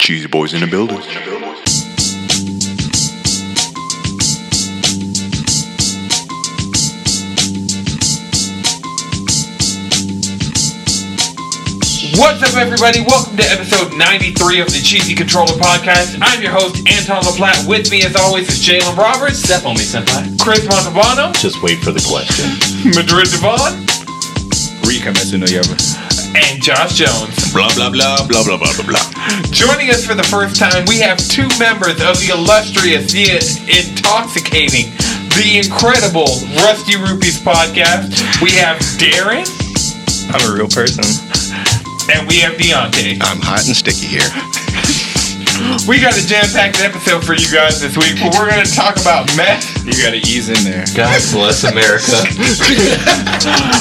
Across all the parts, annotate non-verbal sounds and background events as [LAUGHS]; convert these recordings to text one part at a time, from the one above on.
Cheesy boys in the building. What's up, everybody? Welcome to episode 93 of the Cheesy Controller Podcast. I'm your host, Anton LaPlatte. With me, as always, is Jalen Roberts. Step on me, Senpai. Chris Montalbano. Just wait for the question. [LAUGHS] Madrid Devon. Rika Mitsunoyama. And Josh Jones. Blah blah blah blah blah blah blah blah. Joining us for the first time, we have two members of the illustrious, the intoxicating, the incredible Rusty Rupees podcast. We have Darren I'm a real person. and we have Deontay. I'm hot and sticky here. We got a jam-packed episode for you guys this week, but we're going to talk about meth. You gotta ease in there. God bless America.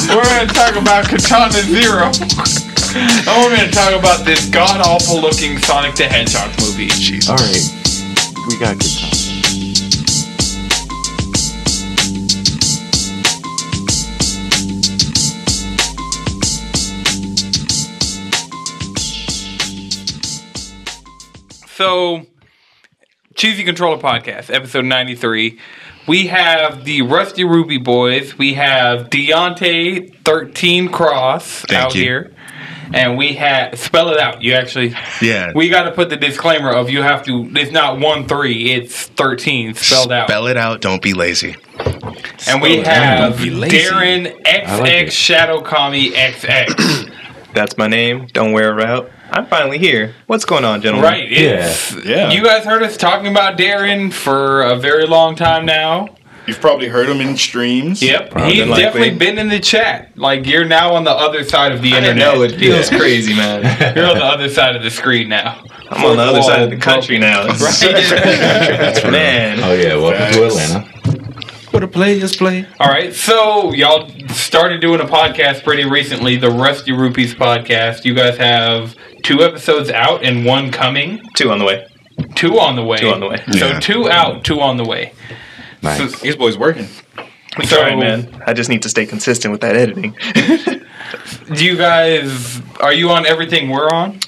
We're going to talk about Katana Zero. [LAUGHS] and we're going to talk about this god awful looking Sonic the Hedgehog movie. All right, we got good content. So, Cheesy Controller Podcast, episode 93. We have the Rusty Ruby Boys. We have Deontay 13 Cross Thank out you. here. And we have, spell it out. You actually, Yeah. we got to put the disclaimer of you have to, it's not 1 3, it's 13 spelled out. Spell it out. Don't be lazy. And we Spell it have out. Don't be lazy. Darren XX like it. Shadow Kami XX. That's my name. Don't wear it out. I'm finally here. What's going on, gentlemen? right. It's, Yeah. You guys heard us talking about Darren for a very long time now. You've probably heard him in streams. Yep. Probably He's likely. definitely been in the chat. Like you're now on the other side of the I don't internet. know. It feels crazy, man. [LAUGHS] You're on the other side of the screen now. [LAUGHS] I'm on the other Fourth side wall of [LAUGHS] the country now. Right. man. Oh yeah, welcome to Facts. Atlanta. What a play, just play. [LAUGHS] All right, so y'all started doing a podcast pretty recently, the Rusty Rupees podcast. You guys have two episodes out and one coming. Two on the way. Two on the way. Two on the way. So Yeah. two out, two on the way. Nice. These boys working. We So- tried, man. I just need to stay consistent with that editing. [LAUGHS] Do you guys are you on everything we're on?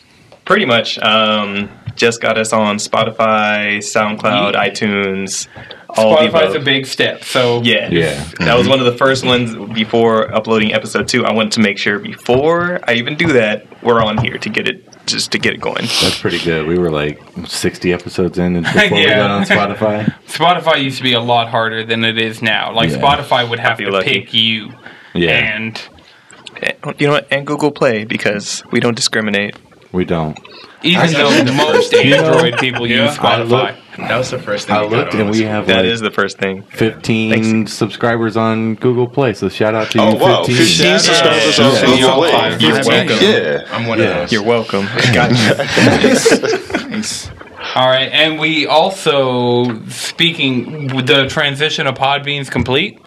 Pretty much. Um, just got us on Spotify, SoundCloud, Yeah. iTunes, all the Spotify's a above. big step. So Yeah. Yeah. That was one of the first ones before uploading episode two. I wanted to make sure before I even do that, we're on here to get it just to get it going. That's pretty good. We were like 60 episodes in and before we Yeah. got on Spotify. Spotify used to be a lot harder than it is now. Like Yeah. Spotify would have feel to lucky. pick you. Yeah, And And- you know what? And Google Play because we don't discriminate. we don't. even [LAUGHS] though most Android people use I look- Spotify. That was the first thing I looked and we have That like is the first thing. 15 Thanks. subscribers on Google Play. So shout out to you, Oh, wow. 15. 15 Yeah. subscribers on Yeah. Google Play. You're You're welcome. welcome. Yeah. I'm one Yeah. of those. You're welcome. All right, and we also speaking the transition of Podbean's complete.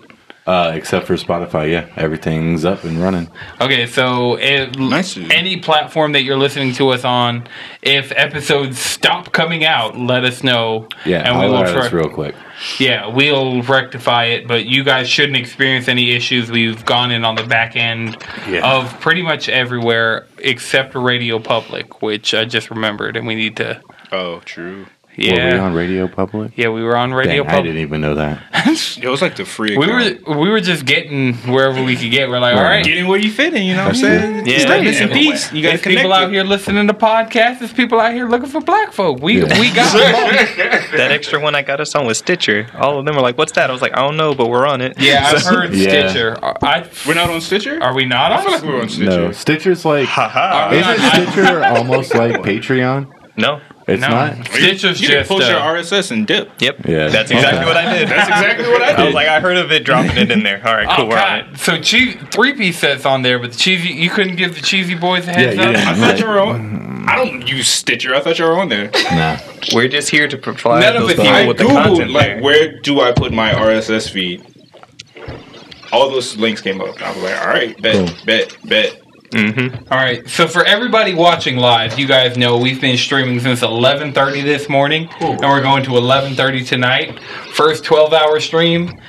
Uh, except for Spotify. Yeah, everything's up and running. Okay, so if Nice. any platform that you're listening to us on, if episodes stop coming out, let us know. Yeah, and we I'll will add try. this real quick. Yeah, we'll rectify it, but you guys shouldn't experience any issues. We've gone in on the back end Yeah. of pretty much everywhere except Radio Public, which I just remembered, and we need to. Oh, true. Yeah, Were we on Radio Public? yeah, we were on Radio Dang, I didn't Public. even know that. It was like the free. We account. were we were just getting wherever we could get. We're like, all right, getting where you fit in. You know what I'm saying? Yeah. Stay Yeah. in peace. You gotta There's people out connect. here listening to podcasts. There's people out here looking for black folk. We Yeah. we [LAUGHS] got them. that extra one I got us on was Stitcher. All of them were like, "What's that?" I was like, "I don't know, but we're on it." Yeah, I've heard Yeah. Stitcher. Are, I, We're not on Stitcher. are we not I feel like on? we were on No, Stitcher. Stitcher's like Are we on Isn't Stitcher almost like Patreon? No. It's no, not. Stitcher's You can just. push your Uh, RSS and dip. Yep. Yeah, That's exactly okay. what I did. That's exactly [LAUGHS] what I I did. was like, I heard of it dropping it in there. All right, cool. oh, we're on it. God. So cheese, three piece sets on there, but the cheesy you couldn't give the cheesy boys a heads you up. didn't. I thought you were on. I don't use Stitcher. I thought you were on there. Nah. We're just here to provide None of those it- people I with the googled content. like there. where do I put my RSS feed? All those links came up. I was like, all right, bet, Boom. bet, bet. All right. So for everybody watching live, you guys know we've been streaming since 11:30 this morning, and we're going to 11:30 tonight. First 12-hour stream.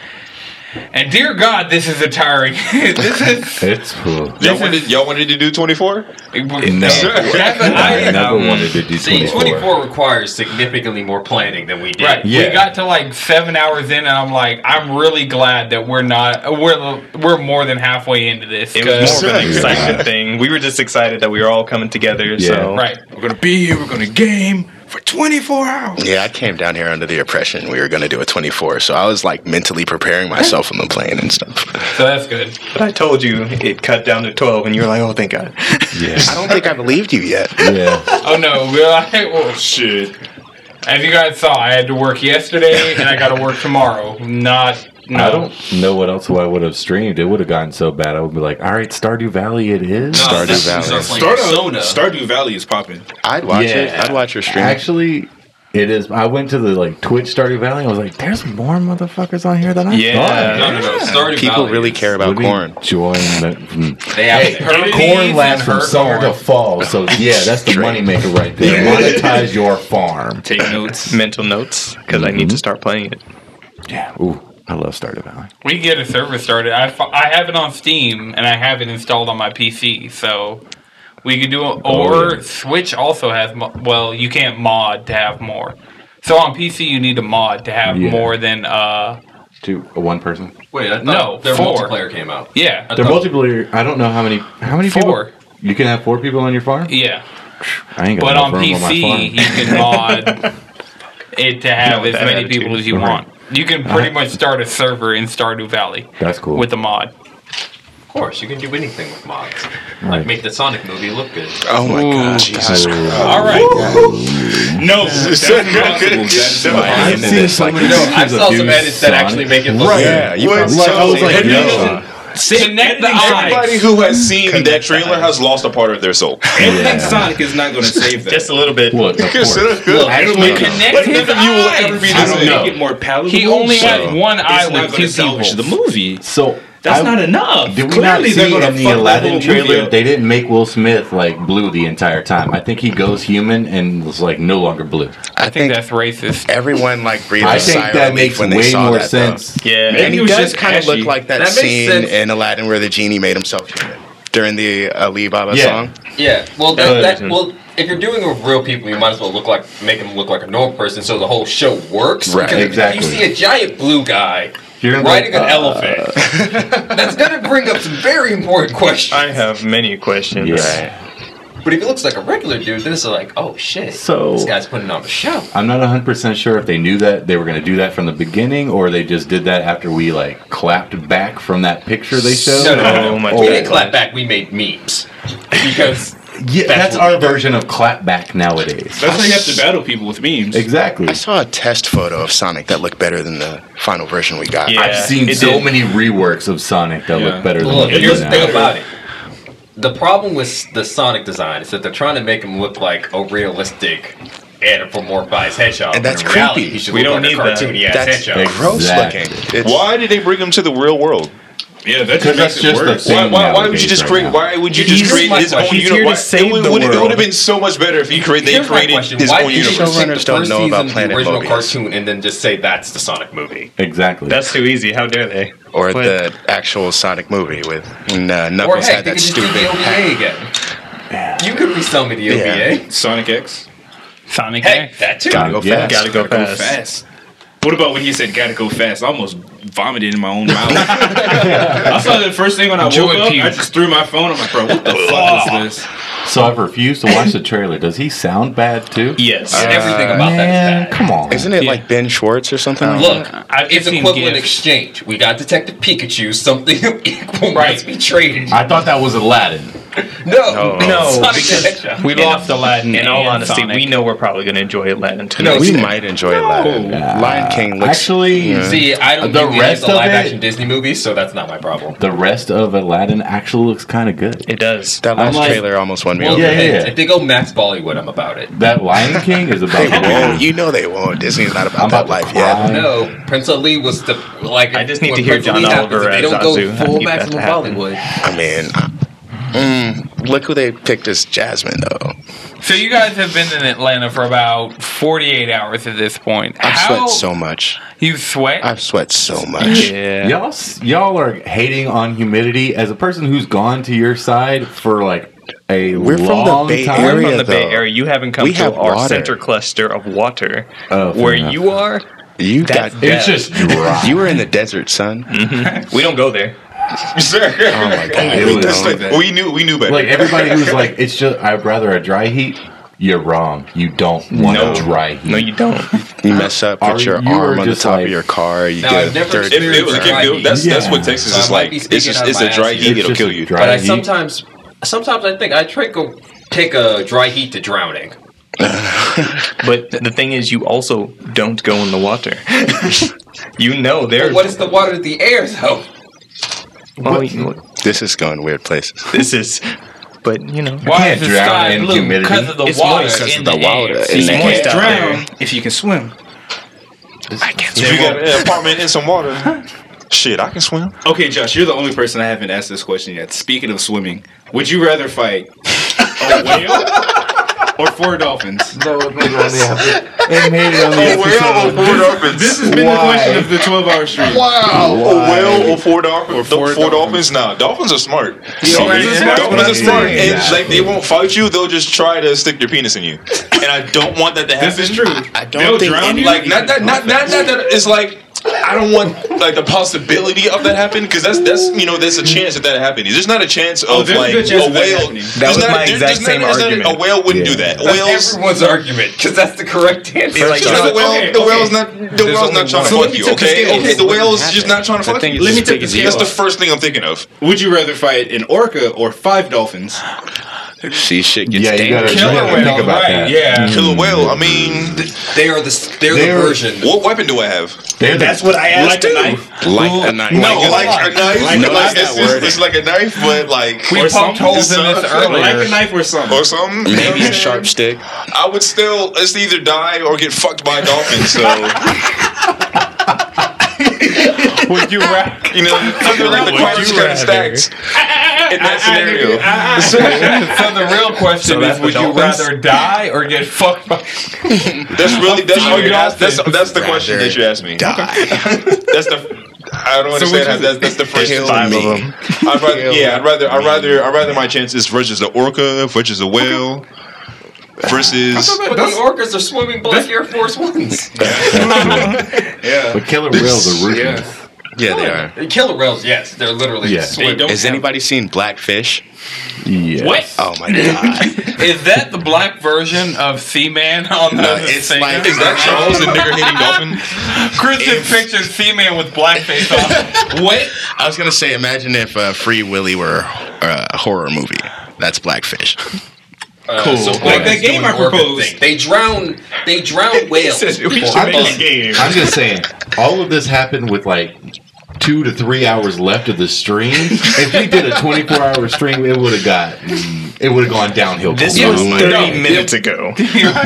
And dear God, this is a tiring. [LAUGHS] this [LAUGHS] is. It's cool. This Y'all is- wanted, y'all wanted to do 24? That's what I I never know. wanted to do See, 24. 24 requires significantly more planning than we did. Right. Yeah. We got to like seven hours in, and I'm like, I'm really glad that we're not. We're we're more than halfway into this. It was 'cause- more of an Yeah. excited thing. We were just excited that we were all coming together. Yeah. So right. We're gonna be here. We're gonna game for 24 hours. Yeah, I came down here under the impression we were going to do a 24, so I was like mentally preparing myself on the plane and stuff. [LAUGHS] So that's good. But I told you it cut down to twelve, and you were like, "Oh, thank God." Yeah. I don't think I believed you yet. [LAUGHS] yeah. Oh no, [LAUGHS] we're like, well, Shit. as you guys saw, I had to work yesterday, [LAUGHS] and I got to work tomorrow. Not. No. I don't know what else I would have streamed. It would have gotten so bad. I would be like, all right, Stardew Valley, it is. No, Stardew this is Valley. just like Stardew, Persona. Stardew Valley is popping. I'd watch it. Yeah. I'd watch your stream. Actually, it is. I went to the like Twitch Stardew Valley. and I was like, there's more motherfuckers on here than I Yeah. no, no, no. Stardew People Valley really is- care thought. about corn. Join the. hmm. They have Hey, her Corn lasts last from summer to fall, so yeah, that's the moneymaker right there. Monetize your farm. Take [LAUGHS] notes. Mental notes because I need to start playing it. Yeah, ooh, I love Stardew Valley. We get a server started. I, fi- I have it on Steam and I have it installed on my PC, so we could do it. Or Oh, yeah. Switch also has mo- well, you can't mod to have more. So on PC, you need a mod to have Yeah. more than uh To one person, Wait, I thought No, their four. multiplayer came out. yeah they're multiplayer. I don't know how many. How many Four. people? You can have four people on your farm. yeah. I ain't got But on enough room on my PC, farm. you can mod it to have with as that many attitude. people as you Right. want. You can pretty much start a server in Stardew Valley That's cool. with the mod. Of course, you can do anything with mods. Right. Like make the Sonic movie look good. Oh my gosh. Jesus Christ. All right, No. That's impossible. That's impossible. I've seen so many I saw some edits that actually make it look Right. good. Yeah, you What? probably Like, saw I was the same like, thing. yo. connect the eyes. Everybody who has seen that trailer has lost a part of their soul. Everything Yeah. Sonic is not gonna save that. Just a little bit. Look, of course. Actually, connect Like, his nothing you will eyes. ever be I don't able to know. make it more palatable. He only so had one eye it's not with gonna two salvage people. the movie. So That's I- not enough. Did we not Clearly, they're see gonna in the fuck that Aladdin whole movie trailer? up. They didn't make Will Smith like blue the entire time. I think he goes human and was like no longer blue. I think That's racist. everyone like breathed I a think sigh of that relief makes when they way saw more that, though. sense. Yeah. And Maybe he it was does just kind of look ashy. like that, That makes scene sense. in Aladdin where the genie made himself human during the Ali Baba Yeah. song. Yeah, well, Uh, that, that well, if you're doing it with real people, you might as well look like make them look like a normal person, so the whole show works. Right, Because exactly. If you see a giant blue guy You're gonna be riding like, an uh, [LAUGHS] elephant, that's gonna bring up some very important questions. I have many questions. Yeah. But if he looks like a regular dude, then it's like, oh shit, So- this guy's putting on a show. "Uh, I'm not 100% sure if they knew that they were going to do that from the beginning or they just did that after we like clapped back from that picture they showed. No, no, no, Oh no. my we didn't God. clap back. We made memes because Yeah, that's our version of clapback nowadays. That's why you have to battle people with memes. Exactly. I saw a test photo of Sonic that looked better than the final version we got. Yeah. I've seen it so did. many reworks of Sonic that Yeah. look better than Look, what they here's do the now. thing about it. The problem with the Sonic design is that they're trying to make him look like a realistic anthropomorphized hedgehog. And that's when in reality, creepy. He should We don't look like need that. a cartoony ass That's hedgehog. gross Exactly. looking. It's, Why did they bring him to the real world? Yeah, that Because just that's makes it just the worse. thing Why, why, why would you nowadays just right create? now. Why would you Here's just create my his own question. He's here to universe? save It would the it world. would have been so much better if he created they Here's my created question: his Why own did you universe. Showrunners take the don't first know season, about the Planet original Mobius. cartoon, and then just say that's the Sonic movie? Exactly. That's too easy. How dare they? or But- the actual Sonic movie with uh, Or Knuckles had heck, they that could just do stupid the E. hat. [LAUGHS] OVA again. You could resell me the Yeah. OVA. Sonic X. Sonic Heck, X. that too. Gotta go Yeah. fast. Gotta go Go fast. fast. What about when he said "gotta go fast"? I almost vomited in my [LAUGHS] own mouth. I saw the first thing when I Joy woke up. I puke. just threw my phone. I'm like, bro, what the [LAUGHS] fuck is this? so I've refused to watch the trailer. Does he sound bad too? Yes. Uh, Everything about Man, that is bad. come on. Isn't it like Ben Schwartz or something? like Look, that? I've it's seen equivalent GIF. exchange. We got Detective Pikachu, something [LAUGHS] of equal must be traded. I thought that was Aladdin. No, No, Sonic because the Hedgehog. We lost Aladdin. In all honesty, Sonic. we know we're probably going to enjoy Aladdin tonight. we might enjoy Aladdin. Lion King looks Actually, Uh, See, I don't The get rest the of live it- action Disney movies, so that's not my problem. the rest of Aladdin actually looks kind of good. It does. that last like- trailer almost won me Well, over. Yeah, Hey, yeah. If they go Max Bollywood, I'm about it. That Lion King is [LAUGHS] [LAUGHS] about They to won't. win. You know they won't. Disney's not about I'm that about life to yet. cry. No, Prince Ali was the like. I just need when to hear Prince John Ali Oliver happens, if as They don't Zazu. go I full need that to Maximum happen. Bollywood. I mean, I- mm, Look who they picked as Jasmine, though. So you guys have been in Atlanta for about 48 hours at this point. I've How sweat so much. you sweat? I've sweat so much. Yeah. Y'all, s- y'all are hating on humidity. As a person who's gone to your side for like a We're from the long Bay time, We're Area, from the Bay though. Area. You haven't come We to have our water. center cluster of water. Oh, fair where enough. you are, You That's got it's just dry. you were in the desert, [LAUGHS] son. we don't go there. Oh my god. It we was- don't. we knew we knew better. like everybody who's like, it's just I'd rather a dry heat. You're wrong. You don't want No. a dry [LAUGHS] heat. No, you don't. You mess up, Are put your you arm or on the just top like- of your car. You No, get I've never dirty. If it was a Dry get heat. killed, that's that's Yeah. what Texas So I is might like. be It's speaking just out it's my a dry ass. heat. It's It'll just kill a you. dry But I heat. sometimes, sometimes I think I try go take a dry heat to drowning. But the thing is, you also don't go in the water. [LAUGHS] you know there. But what is the water to the air though? well, you- This is going weird places. this is, but you know, Why can't is the drown sky in blue humidity. because of the It's water moist 'cause in of the, the water air? in the It's air. moist out there. Drown if you can swim. If you got an apartment and some water, shit, I can swim. Okay, Josh, you're the only person I haven't asked this question yet. Speaking of swimming, would you rather fight a whale or four dolphins? No, it made it on the episode. It made it on the episode. four dolphins. This has been the question of the 12 hour stream. Wow, a Why? whale or four dolphins? four four dolphins? Nah, dolphins are smart. Dolphins are smart. Dolphins are smart, and Exactly. like they won't fight you. They'll just try to stick their penis in you. And I don't want that to happen. This is true. I don't They'll think drown any- you. Like not that, not not not that. It's like I don't want like the possibility of that happening because that's that's you know there's a chance that that happens. There's not a chance of Oh, there's a like good a chance whale. of that happening. there's That was not- my there's- exact there's not- same there's not- argument. A whale wouldn't Yeah. do that. That's Whales. everyone's argument because that's the correct answer. like- Because the whale, okay, the okay. whale's not, the whale's not trying to So let fuck me you. take the Okay, scales. okay, the whale's just not trying to fuck you. Let me take the scale That's the off. first thing I'm thinking of. Would you rather fight an orca or five dolphins? Uh, See, shit gets Yeah, you gotta, you dangerous. gotta whale, think about right, that. Yeah. Kill Mm. a whale. I mean, They are the they're, They're- the version. what weapon do I have? They're the- what I asked. Like a knife. Like a knife. No, like a knife. Like a Like, knife, it's, that it's, word. it's like a knife, but like We Or pumped something. holes in this Like a earlier. knife or something. or something. maybe a sharp stick. I would still it's either die or get fucked by a dolphin. So would you rather? you know, something like the cards you kind of rather? stacked in that scenario. So the real question that's is: Would the you dolphins? rather die or get fucked by? That's really that's all you asked. That's dolphin. that's the question that you asked me. [LAUGHS] That's the. I don't understand. how that's, that's the first Kill five me. of them. I'd rather, yeah, I'd rather, I'd rather, I'd rather my chances versus the orca, versus the whale, versus [LAUGHS] But the orcas are swimming black Air Force [LAUGHS] Ones. But killer whales are ruthless. Yeah, they are. Killer whales, yes, they're literally Yeah. swimming. don't Has have- anybody seen Blackfish? Yeah. What Oh my god. is that? The black version of Seaman on the No, it's thing? like- is that Charles the nigger hating dolphin? Kristen pictured Seaman with blackface on. What? I was gonna say, imagine if uh, Free Willy were uh, a horror movie. That's Blackfish. cool. uh, So Like that orcas game do an I orca proposed. thing. They drown. They [LAUGHS] drown whales. "Oh, I'm just, I'm just saying, all of this happened with like two to three hours left of the stream. If we did a 24 hour stream, it would have got, it would have gone downhill. This quick. was my thirty God. minutes ago. yeah, [LAUGHS]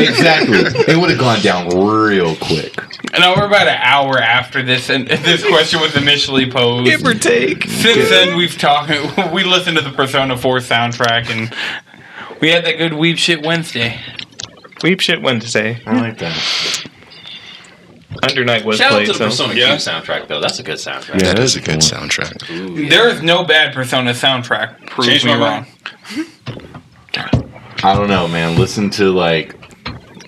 exactly. It would have gone down real quick. No, we're about an hour after this, and this question was initially posed. Give or take. Since then, we've talked. We listened to the Persona Four soundtrack, and we had that good Weeb Shit Wednesday. Weep shit Wednesday. I like that. Under night was Shout out played. to the So. Persona Yeah. 2 soundtrack though. That's a good soundtrack. that is a good soundtrack. There is no bad Persona soundtrack. Prove Change me my wrong. mind. I don't know, man. Listen to like,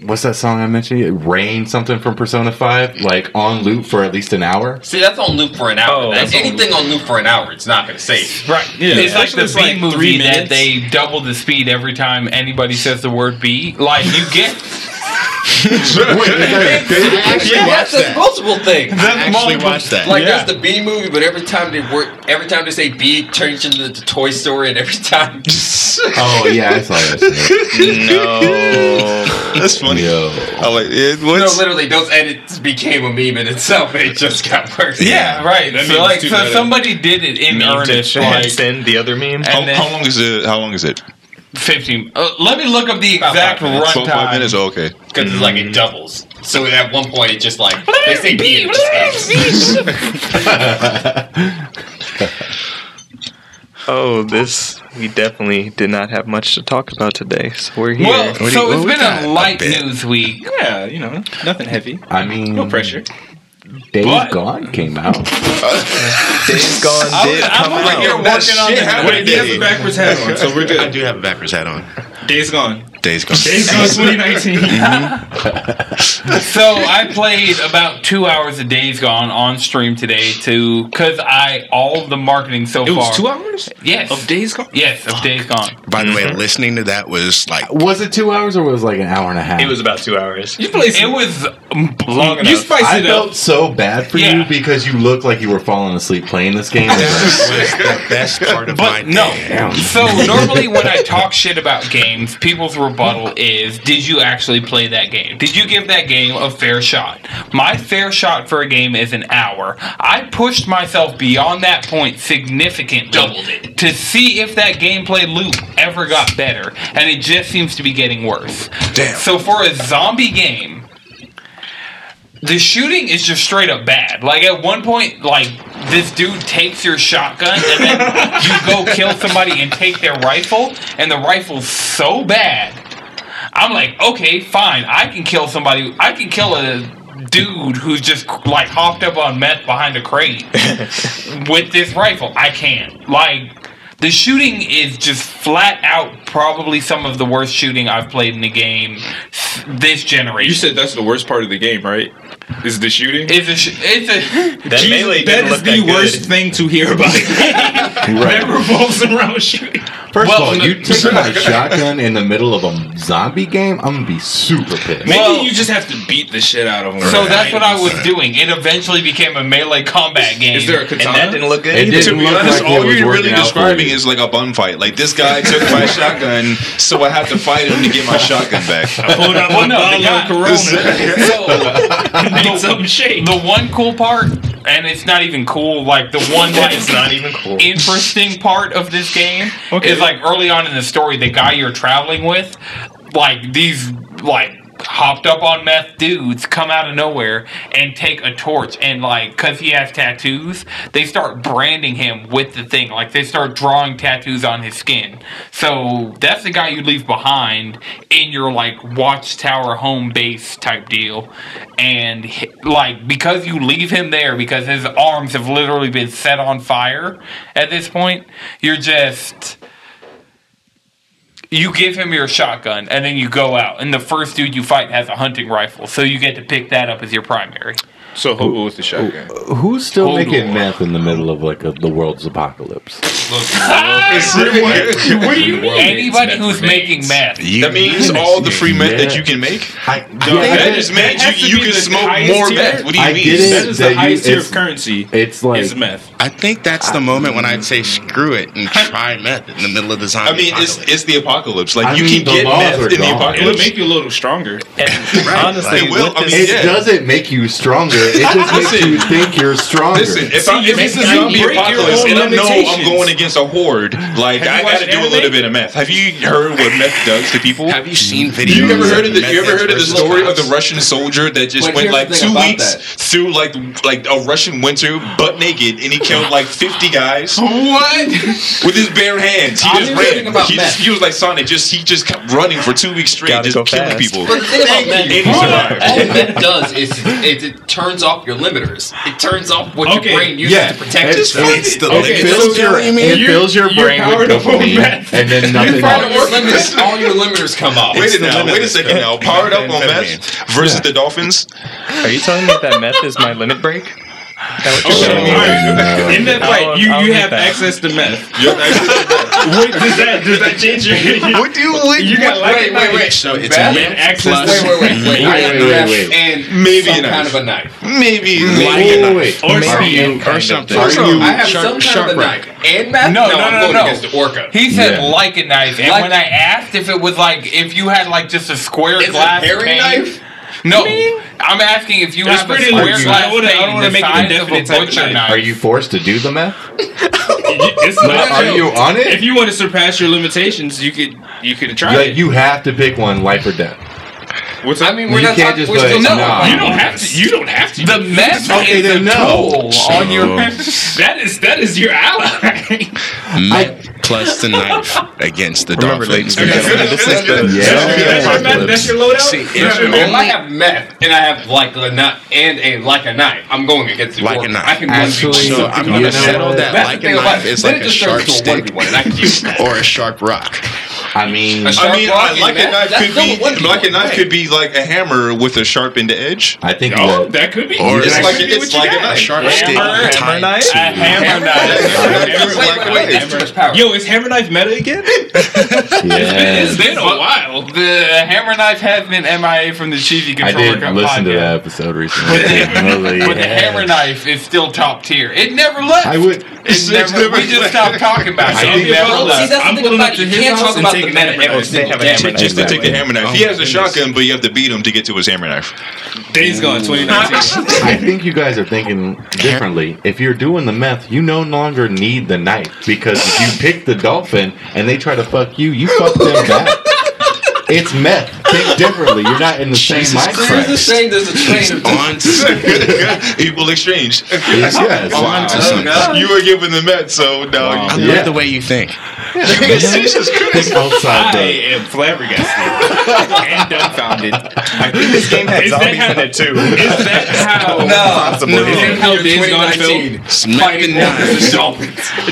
what's that song I mentioned? Rain something from Persona 5, like on loop for at least an hour. See, that's on loop for an hour. Oh, that's that's on anything on loop for an hour. It's not going to save. Right. Yeah. It's like Especially the it's B like movie three that minutes. they double the speed every time anybody says the word B. Like you get [LAUGHS] Actually, that's that's multiple things. I actually watched that. Like that's the B movie, but every time they work, every time they say B, it turns into the Toy Story, and every time [LAUGHS] Oh, yeah, I saw that. shit. That's funny. Yo. I like it. no, What's, literally those edits became a meme in itself, and it just got worse. yeah right. That So means like too so bad. somebody did it in Meme to earnest. Like transcend the other meme. how, and then how long is it? How long is it? fifteen. Uh, let me look up the exact five minutes. Twelve five runtime. minutes. Oh, okay. because it's like it doubles. So at one point, it just like they say B, and it just goes. Oh, this we definitely did not have much to talk about today, so we're here. Well, do you- so what it's we been got? a light A bit. news week. Yeah, you know, nothing heavy. I mean, No pressure. Days But- Gone came out. Days Gone did come I'm over out. here working on the Wait, he has a backwards hat on, so we're I good. do have a backwards hat on. Days gone. Days gone. Days gone 2019. So I played about two hours of Days Gone on stream today to because I all the marketing so It far. was two hours Yes. of Days gone. Yes, of Days Gone. By the way, listening to that was like Was it two hours or was it like an hour and a half? It was about two hours. You play It some, was um, long enough. You spice I it up. felt so bad for Yeah. you because you looked like you were falling asleep playing this game. I was like, was the best part of my But day. no. So normally when I talk shit about games, people's rebuttal is, "Did you actually play that game? Did you give that game a fair shot?" My fair shot for a game is an hour. I pushed myself beyond that point significantly, doubled it, to see if that gameplay loop ever got better, and it just seems to be getting worse. Damn. So for a zombie game, the shooting is just straight up bad. Like at one point, like this dude takes your shotgun and then you go kill somebody and take their rifle, and the rifle's so bad. I'm like, okay, fine, I can kill somebody. I can kill a dude who's just like hopped up on meth behind a [LAUGHS] crate with this rifle. I can't. Like the shooting is just flat out probably some of the worst shooting I've played in the game this generation. You said that's the worst part of the game, right? Is the shooting? It's a, sh- it's a, That Jesus, melee that didn't is look the that worst good. thing to hear [LAUGHS] about. that revolves around shooting. First Well, of all, no- you took my shotgun in the middle of a zombie game. I'm gonna be super pissed. Maybe Well- you just have to beat the shit out of them. so that's what I was doing. It eventually became a melee combat game. Is there a katana? And [LAUGHS] that didn't look good It either. didn't To be look honest, like it all was you're really working out for describing you. is like a bun fight. Like this guy took [LAUGHS] my shotgun, so I had to fight him to get my shotgun back. Pulled [LAUGHS] out Well, my no, the bottle of guy- Corona. So, Need some shade. the one cool part, and it's not even cool. Like the one like It's not even cool. interesting part of this game is like early on in the story, the guy you're traveling with, like these like hopped up on meth dudes come out of nowhere and take a torch and like cuz he has tattoos they start branding him with the thing like they start drawing tattoos on his skin so that's the guy you leave behind in your like watchtower home base type deal and hi- like because you leave him there because his arms have literally been set on fire at this point you're just you give him your shotgun and then you go out and the first dude you fight has a hunting rifle so you get to pick that up as your primary [LAUGHS] So who with the [LAUGHS] shotgun? Who's still Hold making on. meth in the middle of like a, the world's apocalypse? what do you mean anybody meth who's remains. making meth You- That means all the free meth that Yeah. you can make. I, That just meant has you, to you be can the smoke highest more tier. meth. What do you I mean? did it. That is that the you- highest tier of it's- currency. it's like Is meth. I think that's the moment when I'd say screw it and try meth in the middle of the zombie. I mean, it's apocalypse. it's the apocalypse. Like I you can mean, the get laws meth are in the gone. It'll apocalypse. make you a little stronger. And honestly, It will, with I this, mean, it yeah. doesn't make you stronger. It just makes Listen. you think you're stronger. Listen, if, I, See, if it's a you zombie break your apocalypse own and I know I'm limitations. going against a horde, like I got Have you watched to do a little anime? bit of meth. Have you heard what meth does to [LAUGHS] people? Have you seen videos? You ever heard of the meth You ever heard of the versus story of the cops? Russian soldier that just But went here's like the thing two about weeks that. through like like a Russian winter, butt naked, and he killed like fifty [GASPS] guys [LAUGHS] What? with his bare hands. He I'm just just thinking ran. about he, just, that. [LAUGHS] he was like Sonic. Just he just kept running for two weeks straight, Gotta just go killing fast. people. But the thing about meth, And he all survived. meth does is it, it turns off your limiters. It turns off what Okay, your brain uses yeah. to protect It's- itself. It's the Okay, limit. so fills your, you mean? it You're- fills your you're brain with powered up on dopamine, meth. and then nothing All else. your limiters- all your limiters come off. Wait a now, the wait a limit. second now. Powered up on Amphetamine. meth versus the Dolphins. are you telling me that meth is my limit break? That Oh, what you're telling me? [LAUGHS] In that I'll- fight, you, I'll you get have that. access to [LAUGHS] meth. You're actually- What does that does that change [LAUGHS] your? What do you what- You got like Wait, wait, wait. So it's Beth? meth access. Wait, wait, wait, wait. I Wait, got wait, meth wait, wait. and Maybe some an kind ice. of a knife. maybe. Mm-hmm. Wait, wait, wait. Or Maybe something. you- or kind of something. Are you- I have Sharp- some kind sharp of a rock. knife and meth. No, no, I'm no, going no. against the orca. He said Yeah. like a knife, and Like- when I asked if it was like if you had like just a square Is it glass hairy pane- knife? No, I'm asking if you It's have a pretty square loose. glass I wouldn't- I pane don't wanna the make it a size of a definite type of butcher knife. knife. Are you forced to do the meth? [LAUGHS] It's not. Are you on If it? you want to surpass your limitations, you could you could try Like it. you have to pick one, life or death. What's I up? mean, You we're not can't talking- just we're be still like, talking nah. about You don't have to. You don't have to. The meth Okay, is the then no. tool on your. Oh, [LAUGHS] that is that is your ally. Met plus the knife against the Remember, ladies dolphins. and This is the That's your- that's your loadout. See, if If, you if I only have meth and I have like a nut and a like a knife, I'm going against the Like a orc. knife. I can actually. so I'm You know gonna settle what? that That's like the a thing knife about is it. Then like it a just sharp turns to a stick 1v1, and I [LAUGHS] can use that. or a sharp rock. I mean, A I sharp mean, rock I- and like a meth? knife That's could still a be 1v1. like a knife could be like a hammer with a sharpened edge. I think [LAUGHS] Oh, what, that could be. Or It's That's like what it's like a A knife. sharp stick Hammer, hammer tied knife? to A hammer Hammer knife. knife. Wait, wait, wait, that's too much power. Yo, is hammer knife meta again? It's yeah, been a while. The hammer knife has been MIA from the Cheesy I Controller did Cup listen to podcast. that episode recently. But the, Really, but the yeah. hammer knife is still top tier. It never left. I would. It never, we just stopped talking about it. I think It never [LAUGHS] that- left. See, that's I'm the thing pulling up about it. to You his can't house talk and about the taking meta hammer every knife. single They have a day. hammer Just to take the hammer knife. He has a shotgun, but you have to beat him to get to his hammer knife. Days gone Mm. [LAUGHS] 2019. I think you guys are thinking differently. If you're doing the meth, you no longer need the knife because if you pick the dolphin and they try to fuck you, you fuck them back. It's meth. Think differently. You're not in the same Jesus There's mindset. this thing. There's a train of on to Equal exchange. Yes, yes. on to something. You were given the Met, so no. I You, Yeah. love the way you think. Jesus Christ. Think outside I the. am flabbergasted and dumbfounded. I think this game had Is that zombies how- in it too. Is that how? Possibly. Is that how Days Gone feels? 2019. Smacking knives.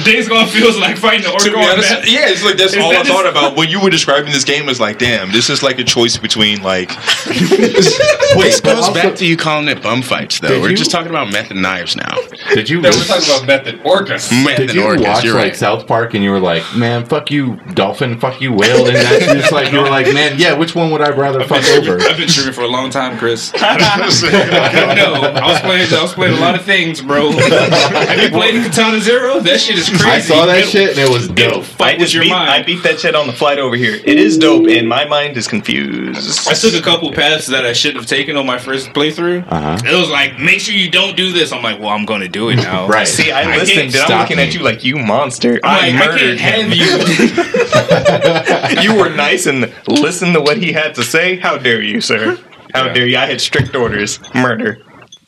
Days Gone feels like fighting the orc To be on honest, that. yeah, it's like that's Is all that I just- thought about when you were describing this game. It's like, damn, this is like a choice between like. This Wait, but goes also, back to you calling it bum fights, though. Did We're you- just talking about meth and knives now. did you No, we're talking about meth and orcas. Meth did and you organs. watch You're like right. South Park and you were like, man, fuck you, dolphin, fuck you, whale, and that's just like you were like, man, yeah, which one would I rather fuck over? [LAUGHS] I've been streaming for a long time, [LAUGHS] Chris. I don't know. I was playing. I was playing a lot of things, [LAUGHS] bro. Have you played Katana Zero? That shit is crazy. I saw that It'll- shit and it was It'll dope. I fight with just your beat, mind. I beat that shit on the flight over here. It is dope, and my mind is confused. I took a couple paths that I shouldn't have taken on my first playthrough. Uh-huh. It was like, make sure you don't do this. I'm like, well, I'm gonna do it now. Right. See, I, I listened, can't and I'm stop looking me. at you like you monster. I'm like, I murdered can't have him. you. [LAUGHS] you were nice and listened to what he had to say. How dare you, sir? How dare you? I had strict orders. Murder.